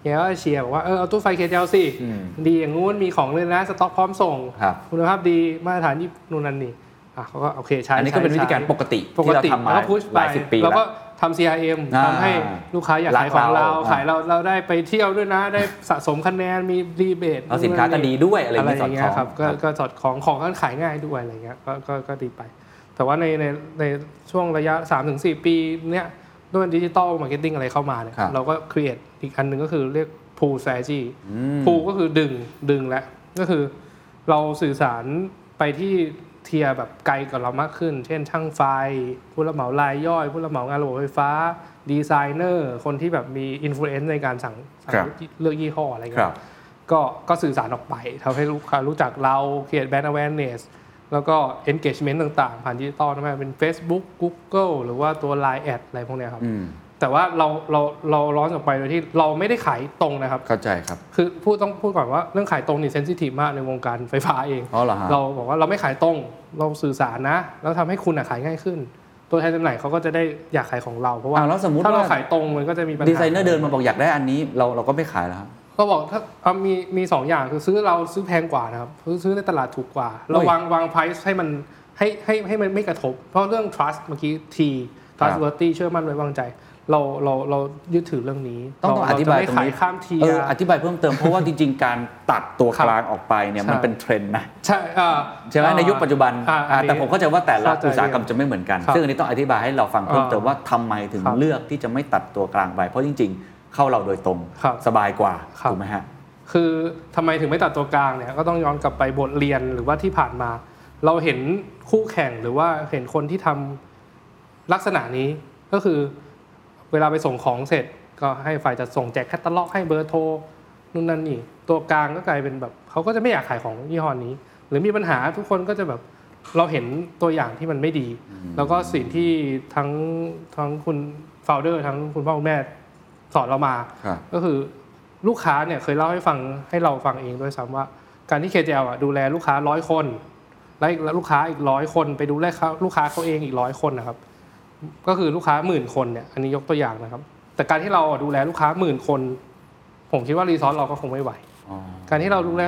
S3: เฮียก็เชียร์บอกว่าเออเอาตู้ไฟเคเจลสิ
S1: อืม
S3: ดีอย่างงู้นมีของเลยนะสต็อกพร้อมส่ง
S1: ครับ
S3: ณภาพดีมาตรฐานญี่ปุ่นนู่นนั่นนี่อ่ะเขาก็โอเคใช้
S1: อันนี้ก็เป็น
S3: ใช้
S1: วิธีการ
S3: ใช้
S1: ปกติ
S3: ปก
S1: ที่เรา
S3: ติ
S1: ทำมา
S3: แล้วก็พุช
S1: ห
S3: ไป
S1: ลายสิบปี
S3: เรา
S1: แล้ว
S3: ก็ทำ CRM
S1: อ่า
S3: ทำให้ลูกค้าอยากขายของ
S1: รั
S3: เรา
S1: กเรา
S3: ขายเราเราได้ไปเที่ยวด้วยนะ ได้สะสมคะแนน มีรีเบท
S1: เอาสินค้าก็ดีด้วยอะไร
S3: อะไร
S1: ที่ส
S3: อ
S1: อดค
S3: ย่างเงี้
S1: ล้อย ง
S3: ครับก็ก็สอดของของก็ขายง่ายด้วยอะไรเงี้ยก็ก็ก็ดีไป แต่ว่าในในในช่วงระยะ 3-4 ปีเนี้ยด้วยดิจิตอลมาร์เก็ตติ้งอะไรเข้ามาเนี่ย
S1: ครับ
S3: เราก็ create อีกอันหนึ่งก็คือเรียก pull strategy พูก็คือดึงดึงแล้วก็คือเราสื่อสารไปที่เทียร์แบบไกลกับเรามากขึ้น เช่นช่างไฟ ผู้รับเหมารายย่อย ผู้รับเหมางานระบบไฟฟ้า ดีไซเนอร์ คนที่แบบมีอินฟลูเอนซ์ในการสั่งสั่ง
S1: ครับ
S3: เลือกยี่ห้ออะไร
S1: ค
S3: เงี้
S1: รับ
S3: ยก็ก็สื่อสารออกไปทำให้ลูกค้ารู้จักเราเขียนแบรนด์ awareness แล้วก็ engagement ต่างๆ ผ่านดิจิตอลนะมันเป็น Facebook Google หรือว่าตัว Line Ad อะไรพวกเนี้ยครับ
S1: อืม
S3: แต่ว่าเราเราเราร้อนออกไปโดยที่เราไม่ได้ขายตรงนะครับ
S1: เข้าใจครับ
S3: คือพูดต้องพูดก่อนว่าเรื่องขายตรงนี่เซนซิทีฟมากในวงการไฟฟ้าเอง
S1: อ๋อเหรอฮะ
S3: เราบอกว่าเราไม่ขายตรงเราสื่อสารนะ แล้วทำให้คุณอะขายง่ายขึ้น ตัวแทนจำหน่ายเขาก็จะได้อยากขายของเราเพราะว่า
S1: อ่าแล้วสมมุติ
S3: ถ้าเรา
S1: ว่า
S3: ขายตรงมันก็จะมีปัญหา
S1: ดีไซเนอร์เดินมาบอกอยากได้อันนี้เราเราก็ไม่ขายแล้วฮะ
S3: ก็บอกถ้าเอามีมีสองอย่างคือซื้อเราซื้อแพงกว่านะครับซื้อซื้อในตลาดถูกกว่า
S1: โอ้ยว
S3: เราางวาง price ให้มันให้ให้ให้มันไม่กระทบ เพราะเรื่อง trust เมื่อกี้ T
S1: ครับ
S3: trustworthy เชื่อมั่นไว้วางใจ เราเราเรายึดถือเรื่องนี้
S1: ต้องต้องอธิบายตร
S3: เจะไม่
S1: ง
S3: ขาย
S1: นี้
S3: ข้ามเทีย
S1: เอ
S3: ร์
S1: ออธิบายเพิ่มเติมเพราะว่าจริง ๆ การตัดตัว
S3: ครับ
S1: กลางออกไปเนี่ยมัน
S3: ใช่
S1: เป็นเทรนด์นะ
S3: ใช่อ่า
S1: ใช่ไหม
S3: อ่า
S1: ในยุคปัจจุบัน
S3: อ่า
S1: อ่า
S3: อันนี้
S1: แต่ผมเข้าใจว่าแต่ละ
S3: เข้าใจ
S1: อุตสาหกรรมจะไม่เหมือนกัน
S3: ครับ
S1: ซึ่งอันนี้ต้องอธิบายให้เราฟังเพิ่มเติม
S3: อ่า
S1: ว่าทำไมถึง
S3: ครับ
S1: เลือกที่จะไม่ตัดตัวกลางไป เพราะจริงๆ เข้าเราโดยตรง
S3: ครับ
S1: สบายกว่า
S3: ครับ
S1: ถูกไหมฮะ
S3: คือทำไมถึงไม่ตัดตัวกลางเนี่ยก็ต้องย้อนกลับไปบทเรียนหรือว่าที่ผ่านมา เราเห็นคู่แข่งหรือว่าเห็นคนที่ทำลักษณะนี้ก็คือเวลาไปส่งของเสร็จก็ให้ฝ่ายจัดส่งแจกแคตตาล็อกให้เบอร์โทรนู่นนั่นนี่ตัวกลางก็กลายเป็นแบบเขาก็จะไม่อยากขายของยี่ห้อนี้ หรือมีปัญหาทุกคนก็จะแบบเราเห็นตัวอย่างที่มันไม่ดี แล้วก็สิ่งที่ทั้งทั้งคุณโฟลเดอร์ทั้งคุณพ่อคุณแม่สอนเรามา
S1: ครับ
S3: ก็คือลูกค้าเนี่ยเคยเล่าให้ฟังให้เราฟังเองด้วยซ้ำว่า การที่ KJL อ่ะดูแลลูกค้าร้อยคน แล้วอีกลูกค้าอีกร้อยคนไปดูแลเขาลูกค้าเขาเองอีกร้อยคนนะครับ ก็คือลูกค้าหมื่นคนเนี่ยอันนี้ยกตัวอย่างนะครับ แต่การที่เราดูแลลูกค้าหมื่นคน ผมคิดว่ารีซอสเราก็คงไม่ไหว
S1: อ๋อ
S3: การที่เราดูแล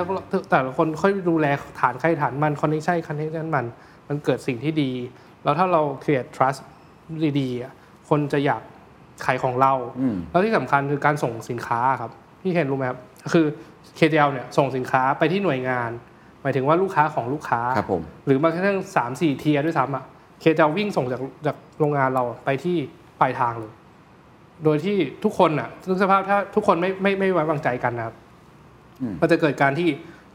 S3: แต่ละคนค่อยดูแลฐานใครฐานมันคอนเนคชั่นคอนเนคชั่นมัน มันเกิดสิ่งที่ดี แล้วถ้าเราเครียด trust ดีๆอะคนจะอยากขายของเรา
S1: อืม
S3: แล้วที่สำคัญคือการส่งสินค้าครับพี่เห็นรู้ไหมครับ คือ KTL เนี่ยส่งสินค้าไปที่หน่วยงาน หมายถึงว่าลูกค้าของลูกค้า
S1: ครับผม
S3: หรือบางครั้งสามสี่เทียร์ด้วยซ้ำอ่ะ KTL วิ่งส่งจากจากโรงงานเราไปที่ปลายทางเลย โดยที่ทุกคนอ่ะทุกสภาพถ้าทุกคนไม่ไม่ไม่ไว้วางใจกันนะครับ
S1: อืม
S3: มันจะเกิดการที่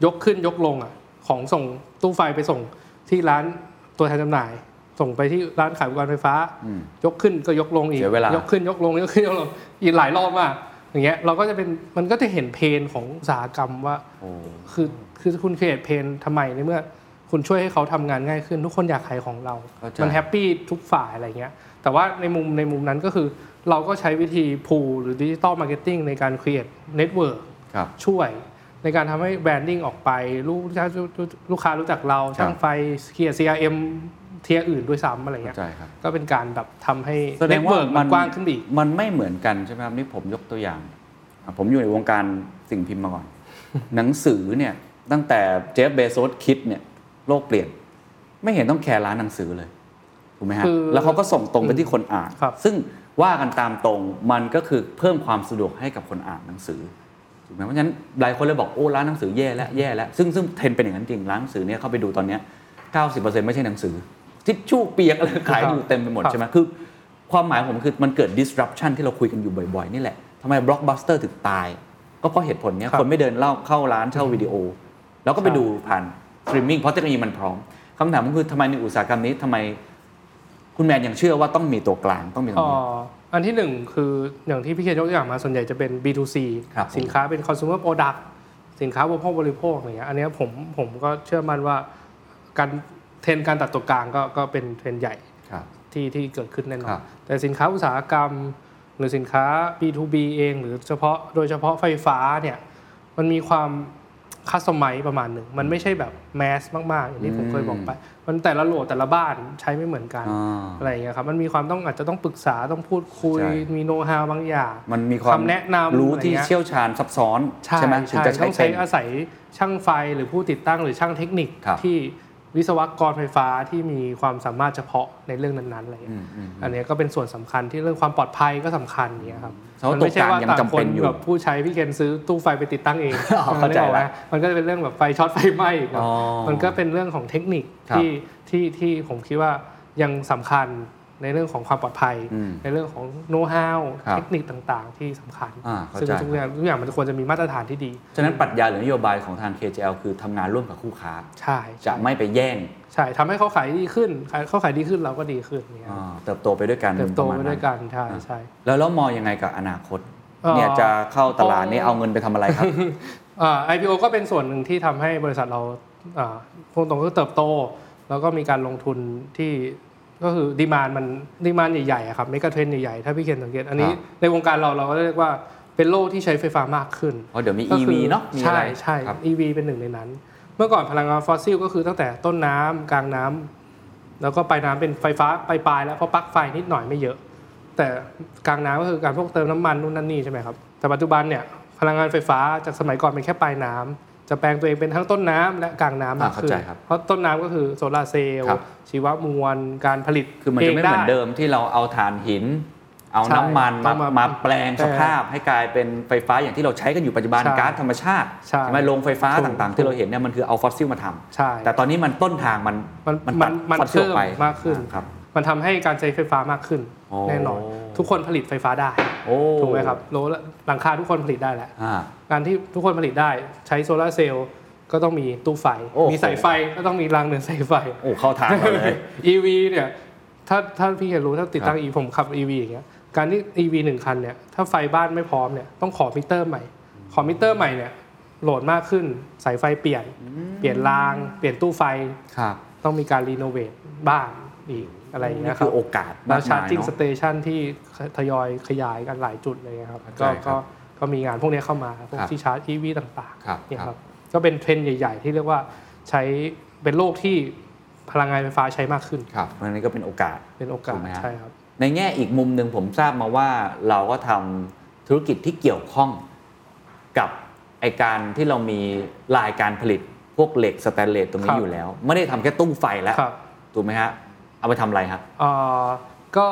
S3: ยกขึ้นยกลงอ่ะ ของส่งตู้ไฟไปส่งที่ร้านตัวแทนจำหน่าย ส่งไปที่ร้านขายอุปกรณ์ไฟฟ้า
S1: อืม
S3: ยกขึ้นก็ยกลงอีก
S1: เสียเวลาย
S3: กขึ้นยกลงยกขึ้นยกลงอีกหลายรอบมากอย่างเงี้ยเราก็จะเป็นมันก็จะเห็นเพนของอุตสาหกรรมว่า
S1: โอ้
S3: คือคือคุณเครียดเพนทำไมในเมื่อ คุณช่วยให้เขาทำงานง่ายขึ้น ทุกคนอยากขายของเรา
S1: เข้าใจ
S3: มันแฮปปี้ทุกฝ่ายอะไรเงี้ยแต่ว่าในมุมในมุมนั้นก็คือ เราก็ใช้วิธีพูหรือดิจิตอลมาร์เก็ตติ้งในการ create network
S1: ครับ
S3: ช่วยในการทำให้แบรนดิ้งออกไป ลูกค้าลูกค้ารู้จักเรา ช่างไฟเกียร์ CRM เทียร์อื่นด้วยซ้ำอะไร
S1: เข้า
S3: เงี้ย
S1: ใจครับ
S3: ก็เป็นการแบบทำให้
S1: แสดงว่า
S3: network
S1: มั
S3: มัน
S1: น
S3: กว้างขึ้นไปอีก
S1: มันไม่เหมือนกันใช่ไหมครับนี่ผมยกตัวอย่างอ่ะผมอยู่ในวงการสิ่งพิมพ์มาก่อน หนังสือเนี่ยตั้งแต่เจฟเบโซสคิดเนี่ยโลกเปลี่ยน ไม่เห็นต้องแคร์ร้านหนังสือเลยถูกไหมฮะ
S3: คือ
S1: แล้วเขาก็ส่งตรงไปที่คนอ่าน
S3: ครับ
S1: ซึ่งว่ากันตามตรงมันก็คือเพิ่มความสะดวกให้กับคนอ่านหนังสือถูกไหมเพราะฉะนั้นหลายคนเลยบอกโอ้ร้านหนังสือแย่แล้วแย่แล้วซึ่งซึ่งเทรนด์เป็นอย่างนั้นจริงร้านหนังสือเนี่ยเข้าไปดูตอนเนี้ย90%ไม่ใช่หนังสือทิชชู่เปียกอะไรขายอยู่เต็มไปหมดใช่ไหม คือความหมายของผมคือมันเกิด disruption ที่เราคุยกันอยู่บ่อยๆ นี่แหละทำไม blockbuster ถึงตาย ก็เพราะเหตุผลเนี้ย
S3: ครับ
S1: คนไม่เดินเล่าเข้าร้านเช่าวิดีโอ แล้วก็ไป
S3: ครับ
S1: ดูผ่าน streaming เพราะเทคโนโลยีมันพร้อมคำถามก็คือทำไมในอุตสาหกรรมนี้ทำไมคุณแมนยังเชื่อว่าต้องมีตัวกลางต้องมีตร
S3: เอ่
S1: งนี้
S3: ออันที่หนึ่งคืออย่างที่พี่เคนยกตัวอย่างมาส่วนใหญ่จะเป็น B2C
S1: ครับผม
S3: สินค้าเป็น consumer product สินค้าบริโภคบริโภคอะไรเงี้ยอันเนี้ยผมผมก็เชื่อมั่นว่าการเทรนด์การตัดตัวกลางก็ก็เป็นเทรนด์ใหญ่
S1: ครับ
S3: ที่ที่เกิดขึ้นแน่นอ
S1: ครั
S3: น
S1: บ
S3: แต่สินค้าอุตสาหกรรม หรือสินค้า B2B เอง หรือเฉพาะโดยเฉพาะไฟฟ้าเนี่ยมันมีความคัสตอมไมประมาณหนึ่ง มันไม่ใช่แบบแมสมากๆ อย่างที่ผมเคยบอกไป มันแต่ละโหลดแต่ละบ้านใช้ไม่เหมือนกัน
S1: อ่า
S3: อะไรอย่างเงี้ยครับมันมีความต้องอาจจะต้องปรึกษาต้องพูดคุย
S1: ใช่
S3: มีโน้ตฮาวบางอย่าง
S1: มันมีความ
S3: คำแนะนำ
S1: รู้ที่
S3: อะไรเงี้ย
S1: เชี่ยวชาญซับซ้อน
S3: ใช่
S1: ใช่ไหมถึง
S3: ใช่
S1: จะใช้
S3: ต้อง
S1: เป็
S3: ใช้
S1: น
S3: อาศัยช่างไฟหรือผู้ติดตั้งหรือช่างเทคนิค
S1: ครับ
S3: ที่วิศวกรไฟฟ้าที่มีความสามารถเฉพาะในเรื่องนั้นๆอะไรอย่าง
S1: อื
S3: เงี้ย
S1: มอืม
S3: อันเนี้ยก็เป็นส่วนสำคัญที่เรื่องความปลอดภัยก็สำคัญเนี่ยครับ
S1: เพราะว่า
S3: มัไม่ใช่ว่า
S1: ตัวกลางยัง
S3: ต่าง
S1: จำ
S3: ค
S1: เป็น นอยู่
S3: แบบผู้ใช้พี่เกณฑ์ซื้อตู้ไฟไปติดตั้งเอง
S1: อ๋อเข้าใจ
S3: นึกออกไหม
S1: ละ
S3: มันก็จะเป็นเรื่องแบบไฟช็อตไฟไหม้อีกครับ
S1: อ๋อ
S3: มันก็เป็นเรื่องของเทคนิค
S1: ครับ
S3: ที่ที่ที่ผมคิดว่ายังสำคัญในเรื่องของความปลอดภัย
S1: อืม
S3: ในเรื่องของโน้ตฮาว
S1: ครับ
S3: เทคนิคต่างๆ ที่สำคัญ
S1: อ่าเข้าใจ
S3: ซึ่งทุกอย่างทุกอย่างมันควรจะมีมาตรฐานที่ดี
S1: ฉะนั้นปรัชญาหรือนโยบายของทาง KJL คือทำงานร่วมกับคู่ค้า
S3: ใช่
S1: จะไม่ไปแย่ง
S3: ใช่ทำให้เขาขายดีขึ้นขายเขาขายดีขึ้นเราก็ดีขึ้นเนี่ย
S1: อ่าเติบโตไปด้วยกัน
S3: เติบโต
S1: ระ
S3: ไป
S1: มาณนั้น
S3: ด้วยกันใช่ใช่
S1: แล้วแล้วมองยังไงกับอนาคต
S3: เอ่อ
S1: เนี่ยจะเข้าตลาดนี่เอาเงินไปทำอะไรครับ
S3: เอ่อ IPO ก็เป็นส่วนหนึ่งที่ทำให้บริษัทเราเอ่อพูดตรงก็เติบโต แล้วก็มีการลงทุนที่ก็คือดีมานมันดีมานใหญ่ๆอะครับเมกะเทรนใหญ่ๆ ถ้าพี่เคนสังเกต อันนี้
S1: ครับ
S3: ในวงการเราเราก็เรียกว่าเป็นโลกที่ใช้ไฟฟ้ามากขึ้น
S1: เพราะเดี๋ยวมี
S3: ก็
S1: EV
S3: คือ
S1: เนาะมีอะ
S3: ใช่
S1: ไร
S3: ใช่
S1: ครับ
S3: EV เป็นหนึ่งในนั้น เมื่อก่อนพลังงานฟอสซิลก็คือตั้งแต่ต้นน้ำกลางน้ำแล้วก็ปลายน้ำเป็นไฟฟ้าปลายปลายๆแล้วเพราะปลั๊กไฟนิดหน่อยไม่เยอะ แต่กลางน้ำก็คือการพวกเติมน้ำมันนู่นนั่นนี่ใช่ไหมครับ แต่ปัจจุบันเนี่ยพลังงานไฟฟ้าจากสมัยก่อนเป็นแค่ปลายน้ำจะแปลงตัวเองเป็นทั้งต้นน้ำและกลางน้ำมากขึ้
S1: อ่าเข้า
S3: น
S1: ใจครับ
S3: เพราะต้นน้ำก็คือโซลาร์เซล
S1: ครั
S3: ล์
S1: บ
S3: ชีวมวลการผลิต
S1: คือมันจะไม่เหมือน
S3: ง
S1: เดิมที่เราเอาถ่านหิน เอาน้ำมัน
S3: ต้
S1: มา
S3: องมา
S1: มาแปลง
S3: แปลง
S1: สภาพให้กลายเป็นไฟฟ้าอย่างที่เราใช้กันอยู่ปัจจุบัน
S3: ใช่
S1: ก๊าซธรรมชาติ
S3: ใช่
S1: ไหมโรงไฟฟ้า
S3: ถูก
S1: ต่างๆ ที่เราเห็นเนี่ยมันคือเอาฟอสซิลมาทำ
S3: ใช่
S1: แต่ตอนนี้มันต้นทางมัน
S3: มัน
S1: ตัด
S3: มัน
S1: ฟอสซิลออกไป
S3: เพิ่มมากขึ้น
S1: ครับ
S3: มันทำให้การใช้ไฟฟ้ามากขึ้น
S1: โอ้
S3: แน่นอนทุกคนผลิตไฟฟ้าได้
S1: โอ้
S3: ถูกไหมครับโลละหลังคาทุกคนผลิตได้แหละ
S1: อ่า
S3: การที่ทุกคนผลิตได้ใช้โซลาร์เซลล์ก็ต้องมีตู้ไฟ
S1: โอ้โห
S3: มีสายไฟก็ต้องมีรางเดินสายไฟ
S1: โอ้เข้าทางเรา เลย
S3: EV เนี่ยถ้าถ้าพี่เห็นรู้ถ้าติดตั้ง EV ผมขับ EV อย่างเงี้ยการที่ EV หนึ่งคันเนี่ยถ้าไฟบ้านไม่พร้อมเนี่ยต้องขอมิเตอร์ใหม่ ขอมิเตอร์ใหม่เนี่ยโหลดมากขึ้นสายไฟเปลี่ยน เปลี่ยนรางเปลี่ยนตู้ไฟ
S1: ครับ
S3: ต้องมีการรีโนเวทบ้านอีกอะไรอย่างเงี้
S1: นี่
S3: ยครั
S1: คื
S3: บ
S1: อโอกาส
S3: แล้ว
S1: มก
S3: ชา
S1: ม
S3: ร์
S1: ย
S3: จิ่งส
S1: เนอะ
S3: เตชันที่ทยอยขยายกันหลายจุดเลยนะครับ
S1: เข้าใจครั
S3: ก็ก็
S1: บ
S3: ก็มีงานพวกนี้เข้ามาพวก
S1: ครับ
S3: ที่ชาร์จ EV ต่าง
S1: ครับ
S3: ๆเนี่ย
S1: ค
S3: ค
S1: รั
S3: รับ บก็เป็นเทรนด์ใหญ่ ๆ ที่เรียกว่าใช้เป็นโลกที่พลังงานไฟฟ้าใช้มากขึ้น
S1: ครับเพราะฉะนั้นก็เป็นโอกาส
S3: เป็นโอกา
S1: ถู
S3: ส
S1: กไหมฮะ
S3: ใช่ครับ
S1: ในแง่อีกมุมหนึ่งผมทราบมาว่าเราก็ทำธุรกิจที่เกี่ยวข้อง กับไอการที่เรามีลายการผลิตพวกเหล็กสแตนเลสตรง
S3: ครั
S1: นี้
S3: บ
S1: อยู่แล้ว ไม่ได้ทำแค่ตู้ไฟแล้ว
S3: ครับ
S1: ถูกไหมฮะ เอาไปทำอะไรฮะ
S3: เอ่อก็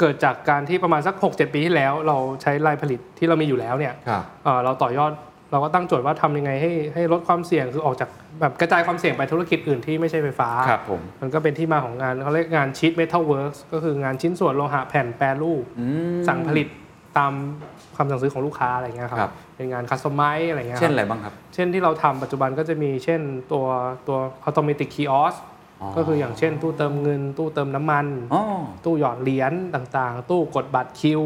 S3: เกิดจากการที่ประมาณสัก 6-7 ปีที่แล้ว เราใช้ลายผลิตที่เรามีอยู่แล้วเนี่ย
S7: ครับ
S3: เอ่อเราต่อยอดเราก็ตั้งโจทย์ว่าทำยังไงให้ให้ลดความเสี่ยงคือออกจากแบบกระจายความเสี่ยงไปธุรกิจอื่นที่ไม่ใช่ไฟฟ้า
S1: ครับผม
S3: มันก็เป็นที่มาของงานเขาเรียกงานชีตเมทัลเวิร์กก็คืองานชิ้นส่วนโลหะแผ่นแปรรูป
S1: อืม
S3: สั่งผลิตตามคำสั่งซื้อของลูกค้าอะไรเงี้ยค
S1: ครั
S3: รับ บเป็นงานคัสตอมไมซ์อะไรเงี้ยครับ
S1: เช่นอะไรบ้างครับ
S3: เช่นที่เราทำปัจจุบันก็จะมีเช่นตัวตัวอัตโนมัติคีออส
S1: อ๋อ
S3: ก็คืออย่างเช่น ตู้เติมเงิน ตู้เติมน้ำมัน
S1: อ๋อ
S3: ตู้หยอดเหรียญต่างๆ ตู้กดบัตรคิว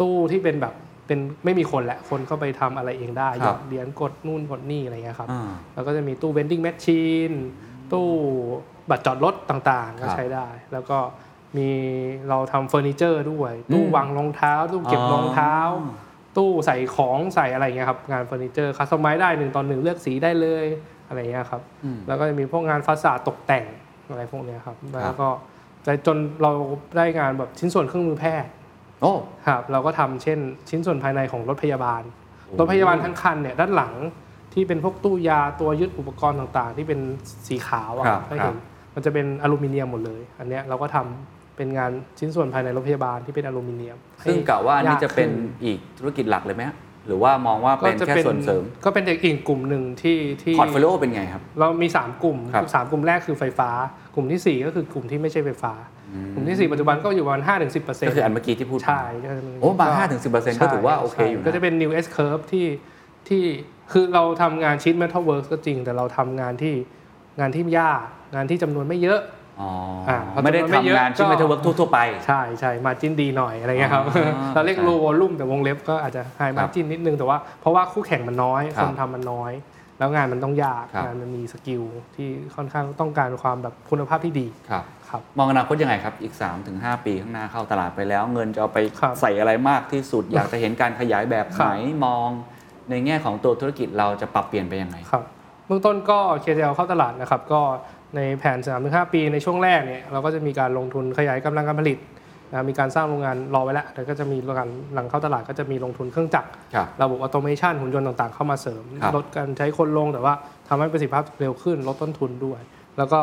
S3: ตู้ที่เป็นแบบเป็นไม่มีคนแหละคนก็ไปทำอะไรเองได้
S1: ครับ
S3: หยอดเหรียญกดนู่นกดนี่อะไรเงี้ยครับ
S1: อ่า
S3: แล้วก็จะมีตู้ vending machine ตู้บัตรจอดรถต่างๆ ก็
S1: ครับ
S3: ใช้ได้ แล้วก็มีเราทำเฟอร์นิเจอร์ด้วย ตู้
S1: อืม
S3: วางรองเท้า ตู้เก็บ
S1: อ๋อ
S3: รองเท้า ตู้ใส่ของใส่อะไรอย่างเงี้ยครับ งานเฟอร์นิเจอร์คัสตอมไมซ์ได้หนึ่งตอนหนึ่งเลือกสีได้เลยอะไรอย่างเงี้ยครับ แล้วก็จะมีพวกงานฟาสาดตกแต่งอะไรพวกเนี้ยครับ แล้วก็จนเราได้งานแบบชิ้นส่วนเครื่องมือแพทย์
S1: โอ้
S3: ครับเราก็ทำเช่นชิ้นส่วนภายในของรถพยาบาล รถพยาบาลทั้งคันเนี่ยด้านหลังที่เป็นพวกตู้ยาตัวยึดอุปกรณ์ต่างๆ ที่เป็นสีขาวอะ
S1: ครับ
S3: ให้เห็นมันจะเป็นอลูมิเนียมหมดเลย อันเนี้ยเราก็ทำเป็นงานชิ้นส่วนภายในรถพยาบาลที่เป็นอลูมิเนียมให้
S1: ซึ่งกะว่าอันนี่จะเป็น
S3: ยากขึ้
S1: อีกธุรกิจหลักเลยไหมฮะหรือว่ามองว่าเป็นแค่ส่วนเสริม
S3: ก็เป็นอีกกลุ่มหนึ่งที่ที่
S1: พอร์ตโฟลิโอเป็นไงครับ
S3: เรามี 3 กลุ่ม
S1: ครับ
S3: สามกลุ่มแรกคือไฟฟ้า กลุ่มที่ 4 ก็คือกลุ่มที่ไม่ใช่ไฟฟ้า กลุ่มที่ 4 ปัจจุบันก็อยู่ประมาณ5-10%ถึง
S1: ก็คืออันเมื่อกี้ที่พูด
S3: ใช่ก็
S1: โอ้มา5-10%ก็ถือว่า
S3: ใช่
S1: โอเคอยู่นะ
S3: ก็จะเป็น new S curve ที่ที่คือเราทำงานชิ้น metal works ก็จริง แต่เราทำงานที่งานที่ยากงานที่จำนวนไม่เยอะ
S1: อ๋ออา ไม่ได้
S3: พอจำนวนไม่เย
S1: ทำ
S3: อะ
S1: งานชิ้น
S3: ก็
S1: เมทัลเวิร์กทั่วๆไป
S3: ใช่ใช่มาจิ้นดีหน่อยอะไรเงี้ยครับ
S1: อ่า
S3: เราเรียก
S1: ใช่
S3: low volume แต่วงเล็บก็อาจจะ high margin นิดนึงแต่ว่าเพราะว่าคู่แข่งมันน้อย
S1: ครั
S3: ค
S1: บ
S3: นทำมันน้อย แล้วงานมันต้องยาก
S1: ครับ
S3: งานมันมีสกิลที่ค่อนข้างต้องการความแบบคุณภาพที่ดี
S1: ครับ
S3: ครับ
S1: มองอนาคตยังไงครับ อีก 3-5 ปีข้างหน้าเข้าตลาดไปแล้ว เงินจะเอาไป
S3: ครับ
S1: ใส่อะไรมากที่สุด อยากจะเห็นการขยายแบบ
S3: ครั
S1: ไหน
S3: บ
S1: มอง ในแง่ของตัวธุรกิจเราจะปรับเปลี่ยนไปยังไง
S3: ครับเบื้องต้นก็ KTL เข้าตลาดนะครับ ก็ในแผน3 5ปีในช่วงแรกเนี่ยเราก็จะมีการลงทุนขยายกำลังการผลิตนะมีการสร้างโรงงานรอไว้แล้วแล้วก็จะมีโรงงานหลังเข้าตลาดก็จะมีลงทุนเครื่องจักร
S1: ครับ
S3: ระบบออโตเมชันหุ่นยนต์ต่างๆเข้ามาเสริม
S1: ครับ
S3: ลดการใช้คนลงแต่ว่าทำให้ประสิทธิภาพเร็วขึ้น ลดต้นทุนด้วย แล้วก็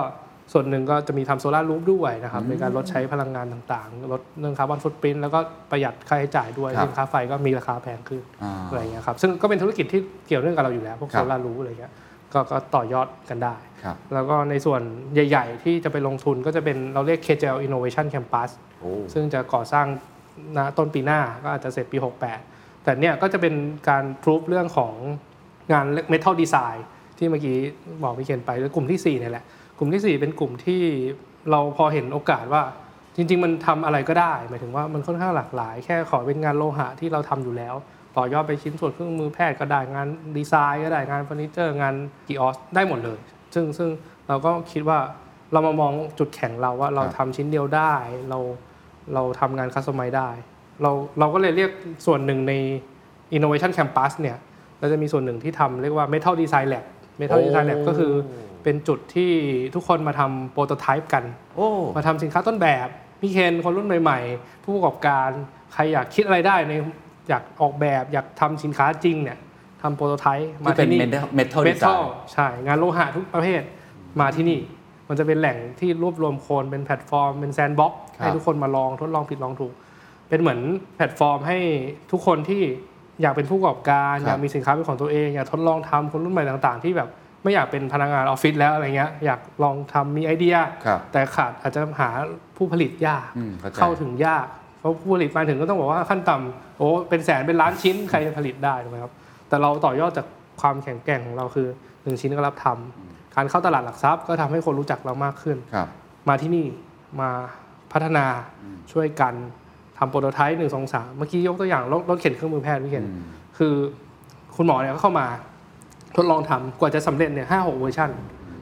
S3: ส่วนหนึ่งก็จะมีทำโซลาร์รูฟด้วยนะครับในการลดใช้พลังงานต่างๆ ลดเรื่องคาร์บอนฟุตปรินต์แล้วก็ประหยัดค่าใช้จ่ายด้วย
S1: ครับ
S3: ซึ่งค่าไฟก็มีราคาแพงขึ้น
S1: อ่า
S3: อะไรเงี้ยครับซึ่งก็เป็นธุรกิจที่เกี่ยวเนื่องกับเราอยู่แล้ว พวก
S1: ครั
S3: โซ
S1: บ
S3: ลารูอะไรเงี้ยก็ก็ต่อยอดกันได้
S1: ครับ
S3: แล้วก็ในส่วนใหญ่ๆ ที่จะไปลงทุนก็จะเป็นเราเรียก KGL Innovation Campus
S1: โอ้
S3: ซึ่งจะก่อสร้างณต้นปีหน้าก็อาจจะเสร็จปี 68 แต่เนี่ยก็จะเป็นการทรูปเรื่องของงานเมทัลดีไซน์ที่เมื่อกี้บอกพี่เคนไปแล้วกลุ่มทีสี่4เนี่ยแหละ กลุ่มทีสี่ 4 เป็นกลุ่มที่เราพอเห็นโอกาสว่าจริง ๆ มันทำอะไรก็ได้ หมายถึงว่ามันค่อนข้างหลากหลาย แค่ขอเป็นงานโลหะที่เราทำอยู่แล้ว ต่อยอดไปชิ้นส่วนเครื่องมือแพทย์ก็ได้งานดีไซน์ก็ได้งานเฟอร์นิเจอร์งานกิออสได้หมดเลย ซึ่งซึ่งเราก็คิดว่าเรามามองจุดแข็งเราว่าเราทำชิ้นเดียวได้เรา เราทำงานคัสตอมไมได้ เราเราก็เลยเรียกส่วนหนึ่งใน Innovation Campus เนี่ย เราจะมีส่วนหนึ่งที่ทำเรียกว่า Metal Design Lab Metal
S1: โอ้
S3: Design Lab ก็คือเป็นจุดที่ทุกคนมาทำโปรโตไทป์กัน
S1: โอ้
S3: มาทำสินค้าต้นแบบ พี่เคนคนรุ่นใหม่ ๆ ผู้ประกอบการ ใครอยากคิดอะไรได้ในอยากออกแบบอยากทำสินค้าจริงเนี่ยทำโปรโตไทป์มา
S1: ที่เป็น
S3: ที่นี่
S1: metal- metal
S3: เมทัล
S1: design
S3: ใช่ งานโลหะทุกประเภทมาที่นี่ มันจะเป็นแหล่งที่รวบรวมคนเป็นแพลตฟอร์ม เป็นแซนด์บ็อกซ์
S1: ครับ
S3: ให้ทุกคนมาลองทดลองผิดลองถูก เป็นเหมือนแพลตฟอร์มให้ทุกคนที่อยากเป็นผู้ประกอบการ
S1: ครับ
S3: อยากมีสินค้าเป็นของตัวเองอยากทดลองทำคนรุ่นใหม่ต่างๆ ที่แบบไม่อยากเป็นพนักงานออฟฟิศแล้วอะไรเงี้ยอยากลองทำมีไอเดีย
S1: ครับ
S3: แต่ขาดอาจจะหาผู้ผลิตยาก
S1: อืมเข้าใจ
S3: ถึงยาก เพราะผู้ผลิตมาถึงก็ต้องบอกว่าขั้นต่ำโอ้เป็นแสนเป็นล้านชิ้นใครจะผลิตได้ถูกไหมครับแต่เราต่อยอดจากความแข็งแกร่งของเราคือหนึ่งชิ้นก็รับทำการเข้าตลาดหลักทรัพย์ก็ทำให้คนรู้จักเรามากขึ้น
S1: ครับ
S3: มาที่นี่มาพัฒนาช่วยกันทำโปรโตไทป์หนึ่งสองสามเมื่อกี้ยกตัวอย่างรถรถเข็นเครื่องมือแพทย์พี่เข็นคือคุณหมอเนี่ยก็เข้ามาทดลองทำกว่าจะสำเร็จเนี่ยห้าหกเวอร์ชัน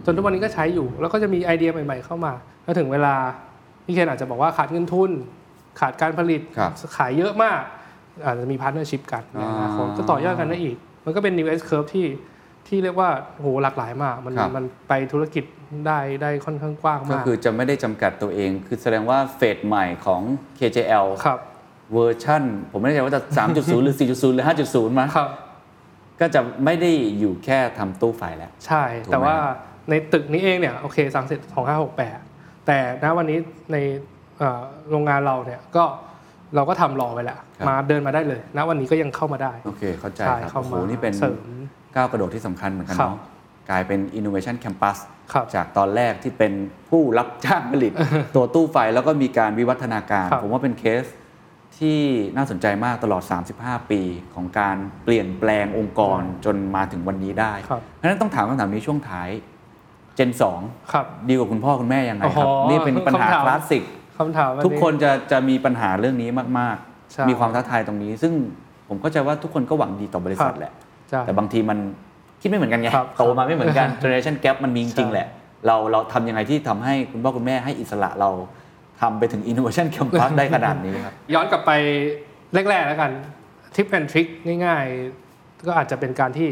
S3: จนทุกวันนี้ก็ใช้อยู่ แล้วก็จะมีไอเดียใหม่ๆเข้ามาแล้วถึงเวลาพี่เคนอาจจะบอกว่าขาดเงินทุน ขาดการผลิต
S1: ครับ
S3: ขายเยอะมาก อาจจะมีพาร์ทเนอร์ชิพกันในอนาคตก็ต่อยอดกันได้อีก มันก็เป็น new S curve ที่ที่เรียกว่าโหหลากหลายมากมัน
S1: ครับ
S3: มันไปธุรกิจได้ได้ค่อนข้างกว้าง
S1: ก็
S3: มาก
S1: คือจะไม่ได้จำกัดตัวเอง คือแสดงว่าเฟสใหม่ของ KJL
S3: ครับ
S1: เวอร์ชันผมไม่แน่ใจว่าจะ 3.0 หรือ 4.0 หรือ 5.0มั้ย
S3: ครับ
S1: ก็จะไม่ได้อยู่แค่ทำตู้ไฟแล้ว
S3: ใช่
S1: ถูกไหม
S3: แต่ว่าในตึกนี้เองเนี่ยโอเคสั่งเสร็จ2568 แต่ณวันนี้ในเอ่อโรงงานเราเนี่ยก็เราก็ทำรอไว้แล้วมาเดินมาได้เลยณวันนี้ก็ยังเข้ามาได้
S1: โอเค เข้าใจ
S3: ใช่
S1: ครับ
S3: เข้า
S1: โอ้โห
S3: มา
S1: นี่เป็น
S3: เสริม
S1: ก้าวกระโดดที่สำคัญเหมือนกัน
S3: ครั
S1: เนาะ
S3: บ
S1: กลายเป็น Innovation Campus
S3: ครับ
S1: จากตอนแรกที่เป็นผู้รับจ้างผ ลิต ตัวตู้ไฟแล้วก็มีการวิวัฒนาการ
S3: ครับ
S1: ผมว่าเป็นเคสที่น่าสนใจมากตลอด 35 ปีของการเปลี่ยนแปลงองค์กรจนมาถึงวันนี้ได้
S3: ครับ
S1: เพราะฉะนั้นต้องถามคำถามนี้ช่วงท้าย Gen
S3: ครับ
S1: 2ดีกว่าคุณพ่อคุณแม่ยังไงครั
S3: โอ้
S1: บ
S3: โห
S1: นี่เป็นปัญหา
S3: คำถาม
S1: คลาสสิก
S3: คำถามวั
S1: ทุกคนจะจะมีปัญหาเรื่องนี้มาก
S3: ใช่
S1: ๆ มีความท้าทายตรงนี้ ซึ่งผมเข้าใจว่าทุกคนก็หวังดีต่อบริษัท
S3: ครับ
S1: แหละ
S3: ใช่
S1: แต่บางทีมันคิดไม่เหมือนกันไง
S3: ครับ
S1: โตมาไม่เหมือนกัน
S3: ครับ
S1: generation gap มันมีจริงๆแหละ เราเราทำยังไงที่ทำให้คุณพ่อคุณแม่ให้อิสระเราทำไปถึง innovation campus ได้ขนาดนี้ครับ
S3: ย้อนกลับไปแรก ๆ แล้วกันทิปแอนทริคง่ายๆ ก็อาจจะเป็นการที่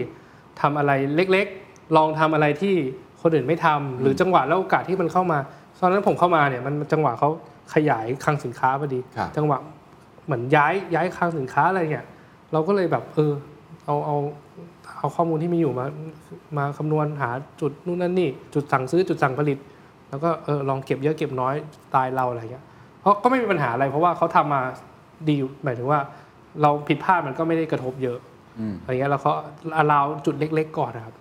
S3: ทำอะไรเล็กๆ ลองทำอะไรที่คนอื่นไม่ทำหรือจังหวะและโอกาสที่มันเข้ามาตอนนั้นผมเข้ามาเนี่ยมันจังหวะเขาขยายคลังสินค้าพอดี
S1: ครับ
S3: จังหวะเหมือนย้ายย้ายคลังสินค้าอะไรเนี่ยเราก็เลยแบบเออเอาเอาเอาข้อมูลที่มีอยู่มามาคำนวณหาจุดนู่นนั่นนี่จุดสั่งซื้อจุดสั่งผลิต แล้วก็เออลองเก็บเยอะเก็บน้อยสไตล์เราอะไรเงี้ยเพราะก็ไม่มีปัญหาอะไร เพราะว่าเขาทำมาดีอยู่หมายถึงว่าเราผิดพลาดมันก็ไม่ได้กระทบเยอะ
S1: อืม
S3: อะไรเงี้ยแล้วเขาลาวจุดเล็ก ๆ ก่อนนะครับ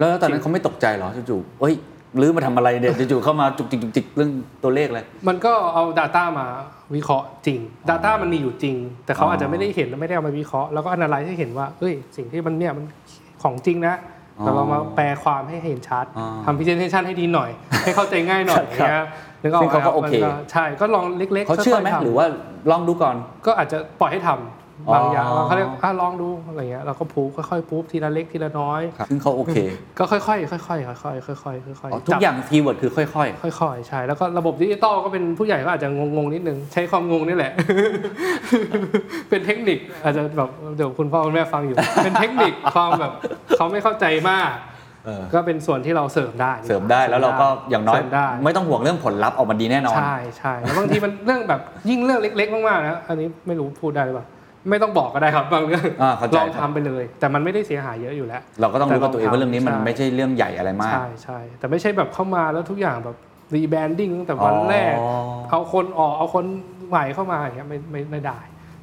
S1: แล้วตอนนั้นเขาไม่ตกใจเหรอจู่ๆเอ้ยรื้อมาทำอะไรเดี๋ยวจู่ๆเข้ามาจุกจิกจุกจิกเรื่องตัวเลขเลย
S3: มันก็เอา Data มาวิเคราะห์จริง Data มันมีอยู่จริง แต่เขา
S1: อ๋ออ
S3: อาจจะไม่ได้เห็นและไม่ได้เอามาวิเคราะห์แล้วก็ analyze ให้เห็นว่าเอ้ยสิ่งที่มันเนี่ยมันของจริงนะแต่เรามาแปลความให้เห็นชัดทำ presentation ให้ดีหน่อย ให้เข้าใจง่ายหน่อยอย่างเงี้ยนึกออก
S1: ซึ่ง
S3: ไหม
S1: เขาก็โอเค
S3: มันใช่ก็ลองเล็กๆ
S1: เขาเชื่อไหม
S3: ค่ยๆทำ
S1: หรือว่าลองดูก่อน
S3: ก็อาจจะปล่อยให้ทำบางอย่าง
S1: อ๋อ
S3: เขาเรียกอ่ะลองดูอะไรเงี้ยเราก็พูฟค่อยๆพูฟทีละเล็กทีละน้อย
S1: ซึ่งเขาโอเค
S3: ก็ค่อยๆค่อยๆค่อยๆค่อยๆค่อยๆค่อย
S1: อ๋อ
S3: ๆ
S1: ทุก
S3: จับ
S1: อย่างคีย์เวิร์ดคือค่อย ๆ
S3: ค่อยๆใช่แล้วก็ระบบดิจิตอลก็เป็นผู้ใหญ่ก็อาจจะงงๆนิดนึง ใช้ความงงนี่แหละ เป็นเทคนิคอาจจะแบบเดี๋ยวคุณพ่อคุณแม่ฟังอยู่ เป็นเทคนิคความแบบเขาไม่เข้าใจมาก ก็เป็นส่วนที่เราเสริมได้
S1: เสริมได้แล้วเราก็อย่างน้อย
S3: เสริมได้
S1: ไม่ต้องห่วงเรื่องผลลัพธ์ออกมาดีแน่นอน
S3: ใช่ใช่แล้วบางทีมันเรื่องแบบยิ่งเรื่องเล็ก ๆ มากๆนะอันนี้ไม่รู้พูดได้หรือเปล่าไม่ต้องบอกก็ได้ครับบางเรื่อง
S1: อ่าเข้าใจ
S3: ลอง
S1: ครับ
S3: ทำไปเลย แต่มันไม่ได้เสียหายเยอะอยู่แล้ว
S1: เราก็ต้องรู้กับ
S3: แต่ลอง
S1: ตัวเองว่าเรื่องนี้มัน
S3: ทำ
S1: ไม่ใช่เรื่องใหญ่อะไรมาก
S3: ใช่ใช่แต่ไม่ใช่แบบเข้ามาแล้วทุกอย่างแบบรีแบรนดิ้งตั้งแต่วัน
S1: อ๋อ
S3: แรก เอาคนออกเอาคนใหม่เข้ามาอย่างเงี้ยไม่ไม่ไม่ได้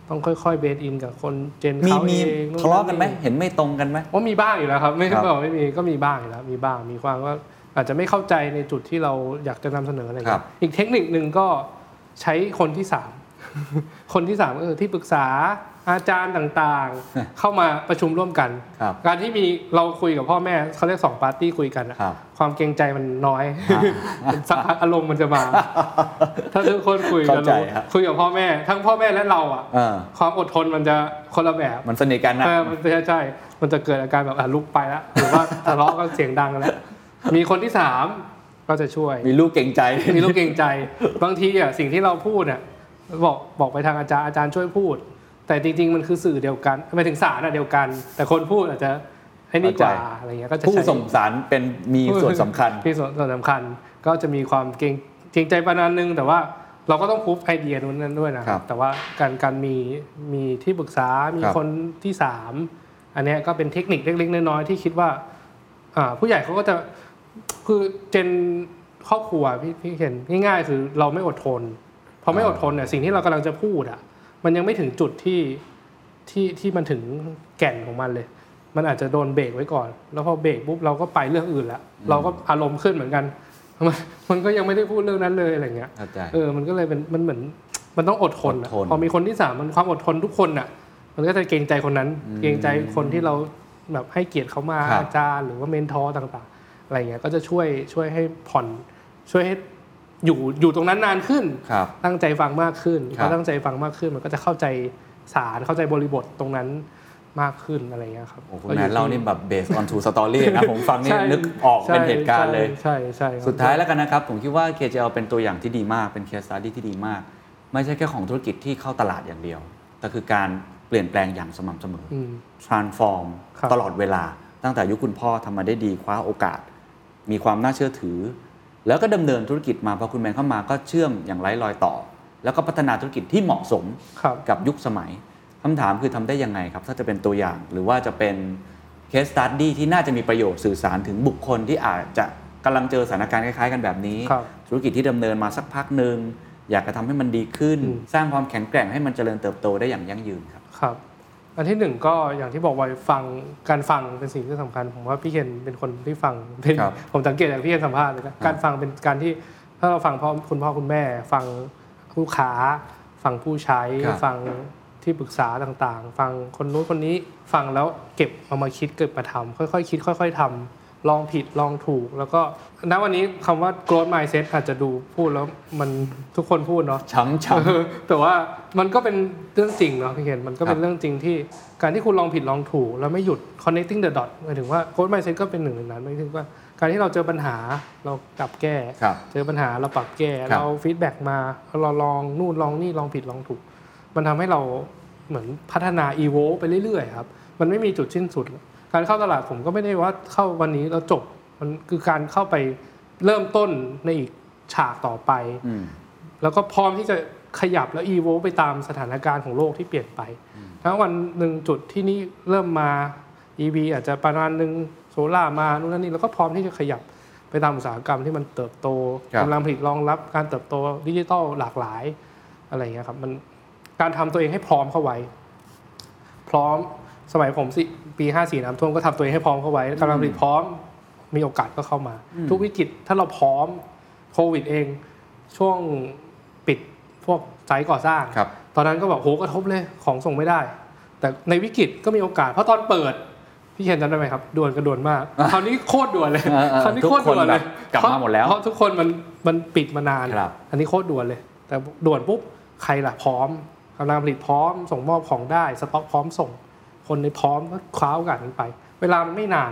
S3: ต้องค่อยๆเบสอินกับคนเจน
S1: มี
S3: เขา
S1: มี
S3: เอง
S1: ทะเลาะกันไหมเห็นไม่ตรงกันไหม
S3: ว่ามีบ้างอยู่แล้วครับ ไม่
S1: ครับ
S3: บอกไม่มีก็มีบ้างอยู่แล้วมีบ้างมีความว่าอาจจะไม่เข้าใจในจุดที่เราอยากจะนำเสนออะไรอย่างเงี้ยอีกเทคนิคหนึ่งก็ใช้คนที่สาม คนที่สามก็คือที่ปรึกษาอาจารย์ต่าง ๆ เข้ามาประชุมร่วมกัน
S1: ครับ
S3: การที่มีเราคุยกับพ่อแม่เขาเรียกสองปาร์ตี้คุยกันอะ
S1: ครับ
S3: ความเกรงใจมันน้อย สักพักอารมณ์มันจะมา ถ้าทุกคนคุยกัน
S1: เข้าใจครับ
S3: คุยกับพ่อแม่ ทั้งพ่อแม่และเราอะ
S1: เออ
S3: ความอดทนมันจะคนละแบบ
S1: มันสนิทกันนะ
S3: เออมันใช่ใช่ มันจะเกิดอาการแบบอ่ะลุกไปแล้วหรือว่า ทะเลาะกันเสียงดังกันแล้ว มีคนที่สามก็จะ ช่วย
S1: มีลูกเก่งใจ
S3: มีลูกเกรงใจ บางทีอ่ะสิ่งที่เราพูดอ่ะบอกบอกไปทางอาจารย์อาจารย์ช่วยพูด แต่จริง ๆ มันคือสื่อเดียวกันหมายถึงสารอ่ะเดียวกัน แต่คนพูดอาจจะให้นี่กว่า
S1: เข้าใจ
S3: อะไรเงี้ยก็จะ
S1: ผู้
S3: ใช้
S1: ส่งสารเป็นมีส่วนสำคัญ
S3: มีส่วนส่วนสำคัญก็จะมีความเกรงเกรงใจประมาณนึง แต่ว่าเราก็ต้องพูฟไอเดียนู้นนั้นด้วยนะครับ แต่ว่าการการมีมีที่ปรึกษา มี
S1: ครับ
S3: คนที่สามอันเนี้ยก็เป็นเทคนิคเล็กๆน้อยๆที่คิดว่าอ่า ผู้ใหญ่เขาก็จะคือเจนครอบครัวพี่พี่เห็นง่ายๆ คือเราไม่อดทนพอไม่อดทนเนี่ยสิ่งที่เรากำลังจะพูดอ่ะมันยังไม่ถึงจุดที่ที่ที่มันถึงแก่นของมันเลย มันอาจจะโดนเบรกไว้ก่อน แล้วพอเบรกปุ๊บเราก็ไปเรื่องอื่นละเราก็อารมณ์ขึ้นเหมือน กัน มันมันก็ยังไม่ได้พูดเรื่องนั้นเลยอะไรเงี้ย
S1: เข้าใจ
S3: เออมันก็เลยเป็นมันเหมือนมันต้องอดทนอะ
S1: อดทน
S3: พอมีคนที่สามมันความอดทนทุกคนอ่ะ มันก็จะเกรงใจคนนั้น เกรงใจคนที่เราแบบให้เกียรติเขามา
S1: ครับ
S3: อาจารย์หรือว่าเมนทอร์ต่าง ๆ อะไรเงี้ยก็จะช่วยช่วยให้ผ่อนช่วยให้อยู่อยู่ตรงนั้นนานขึ้น
S1: ครับ
S3: ตั้งใจฟังมากขึ้น
S1: ค
S3: พ
S1: รับ
S3: อตั้งใจฟังมากขึ้น มันก็จะเข้าใจสารเข้าใจบริบทตรงนั้นมากขึ้นอะไรเงี้ยครับ
S1: โอ้คุณ
S3: ก็อ
S1: แม
S3: ยู่
S1: นเล่านี่แบบ based on true story นะ ผมฟังนี่
S3: ใช่
S1: นึกออกเป็นเหตุการณ์เลย
S3: ใช่ใช่ใช่ครับ
S1: สุดท้ายแล้วกันนะครับ ผมคิดว่า KJL เป็นตัวอย่างที่ดีมากเป็น case study ที่ดีมาก ไม่ใช่แค่ของธุรกิจที่เข้าตลาดอย่างเดียว แต่คือการเปลี่ยนแปลงอย่างสม่ำเสมออ
S3: อืม
S1: transform
S3: ครับ
S1: ตลอดเวลาตั้งแต่ยุคคุณพ่อทำมาได้ดีคว้าโอกาส มีความน่าเชื่อถือ แล้วก็ดำเนินธุรกิจมาพอคุณแมนเข้ามาก็เชื่อมอย่างไร้รอยต่อ แล้วก็พัฒนาธุรกิจที่เหมาะสม
S3: ครับ
S1: กับยุคสมัยคำถามคือทำได้ยังไงครับ ถ้าจะเป็นตัวอย่างหรือว่าจะเป็น เคสตัดดี้ที่น่าจะมีประโยชน์สื่อสารถึงบุคคลที่อาจจะกำลังเจอสถานการณ์คล้ายๆกันแบบนี้
S3: ครับ
S1: ธุรกิจที่ดำเนินมาสักพักหนึ่งอยากจะทำให้มันดีขึ้น
S3: อืม
S1: สร้างความแข็งแกร่งให้มันเจริญเติบโตได้อย่างยั่งยืนครับ
S3: ครับ อันที่หนึ่งก็อย่างที่บอกไว้ฟังการฟังเป็นสิ่งที่สำคัญ ผมว่าพี่เคนเป็นคนที่ฟังเป็น
S1: ครับ
S3: ผมสังเกตจากพี่เคนสัมภาษณ์เลยนะการฟังเป็นการที่ถ้าเราฟังพ่อคุณพ่อคุณแม่ ฟังลูกค้า ฟังผู้ใช้
S1: ครับ
S3: ฟังที่ปรึกษาต่างๆ ฟังคนนู้นคนนี้ฟังแล้วเก็บเอามาคิดเก็บมาทำค่อยๆคิด ค่อย ๆทำลองผิดลองถูก แล้วก็ณวันนี้คำว่า growth mindset อาจจะดูพูดแล้วมันทุกคนพูดเนาะ
S1: ช้ำช้
S3: เออ แต่ว่ามันก็เป็นเรื่องจริงเนาะพี่เคนมันก็
S1: ครั
S3: เป็น
S1: บ
S3: เรื่องจริงที่การที่คุณลองผิดลองถูก แล้วไม่หยุด connecting the dot หมายถึงว่าโค้ดไมเซ็ตก็เป็นหนึ่งในนั้นหมายถึงว่าการที่เราเจอปัญหาเรากลับแก้
S1: ำครับ
S3: เจอปัญหาเราปรับแก้
S1: ครับ
S3: เราฟีดแบ็กมาเราลองนู่นลองนี่ลองผิดลองถูก มันทำให้เราเหมือนพัฒนาอีโวไปเรื่อยๆครับ มันไม่มีจุดสิ้นสุด การเข้าตลาดผมก็ไม่ได้ว่าเข้าวันนี้แล้วจบมันคือการเข้าไปเริ่มต้นในอีกฉากต่อไป
S1: อืม
S3: แล้วก็พร้อมที่จะขยับแล้วอีโวไปตามสถานการณ์ของโลกที่เปลี่ยนไป ถ้าวันหนึ่งจุดที่นี่เริ่มมา EV อาจจะประมาณหนึ่งโซล่ามานู่นนั่นนี่แล้วก็พร้อมที่จะขยับไปตามอุตสาหกรรมที่มันเติบโต
S1: ครับ
S3: กำลังผลิตรองรับการเติบโตดิจิทัลหลากหลายอะไรอย่างเงี้ยครับมันการทำตัวเองให้พร้อมเข้าไว้ พร้อมสมัยผมสิปี 54น้ำท่วมก็ทำตัวเองให้พร้อมเข้าไว้กำลังผลิตพร้อมมีโอกาสก็เข้ามา ทุกวิกฤตถ้าเราพร้อมโควิดเอง ช่วงปิดพวกไซต์ก่อสร้าง
S1: ครับ
S3: ตอนนั้นก็บอกโหกระทบเลยของส่งไม่ได้ แต่ในวิกฤตก็มีโอกาส เพราะตอนเปิด พี่เคนจำได้ไหมครับด่วนกระด่วนมาก คราวนี้โคตรด่วนเลย
S1: เออเออ
S3: คราวนี้โคตรด่วนเลย
S1: ทุกคนแบบกลับมาหมดแล้ว
S3: เพราะทุกคนมันมันปิดมานาน
S1: ครับ
S3: อันนี้โคตรด่วนเลย แต่ด่วนปุ๊บใครล่ะพร้อมกำลังผลิตพร้อม ส่งมอบของได้สต็อกพร้อมส่ง คนในพร้อมก็คว้าโอกาสนั้นไป เวลามันไม่นาน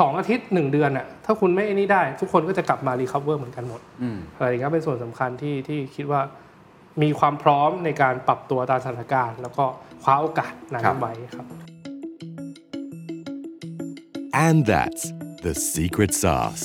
S3: สองอาทิตย์หนึ่งเดือนน่ะถ้าคุณไม่ไอ้นี่ได้ ทุกคนก็จะกลับมารีคัฟเวอร์เหมือนกันหมด
S1: อืม
S3: อะไรอย่างเงี้ยเป็นส่วนสำคัญที่ที่คิดว่ามีความพร้อมในการปรับตัวตามสถานการณ์ แล้วก็คว้าโอกาสนั้น
S1: ครับ
S3: ไว้ครับ
S4: And that's the secret sauce.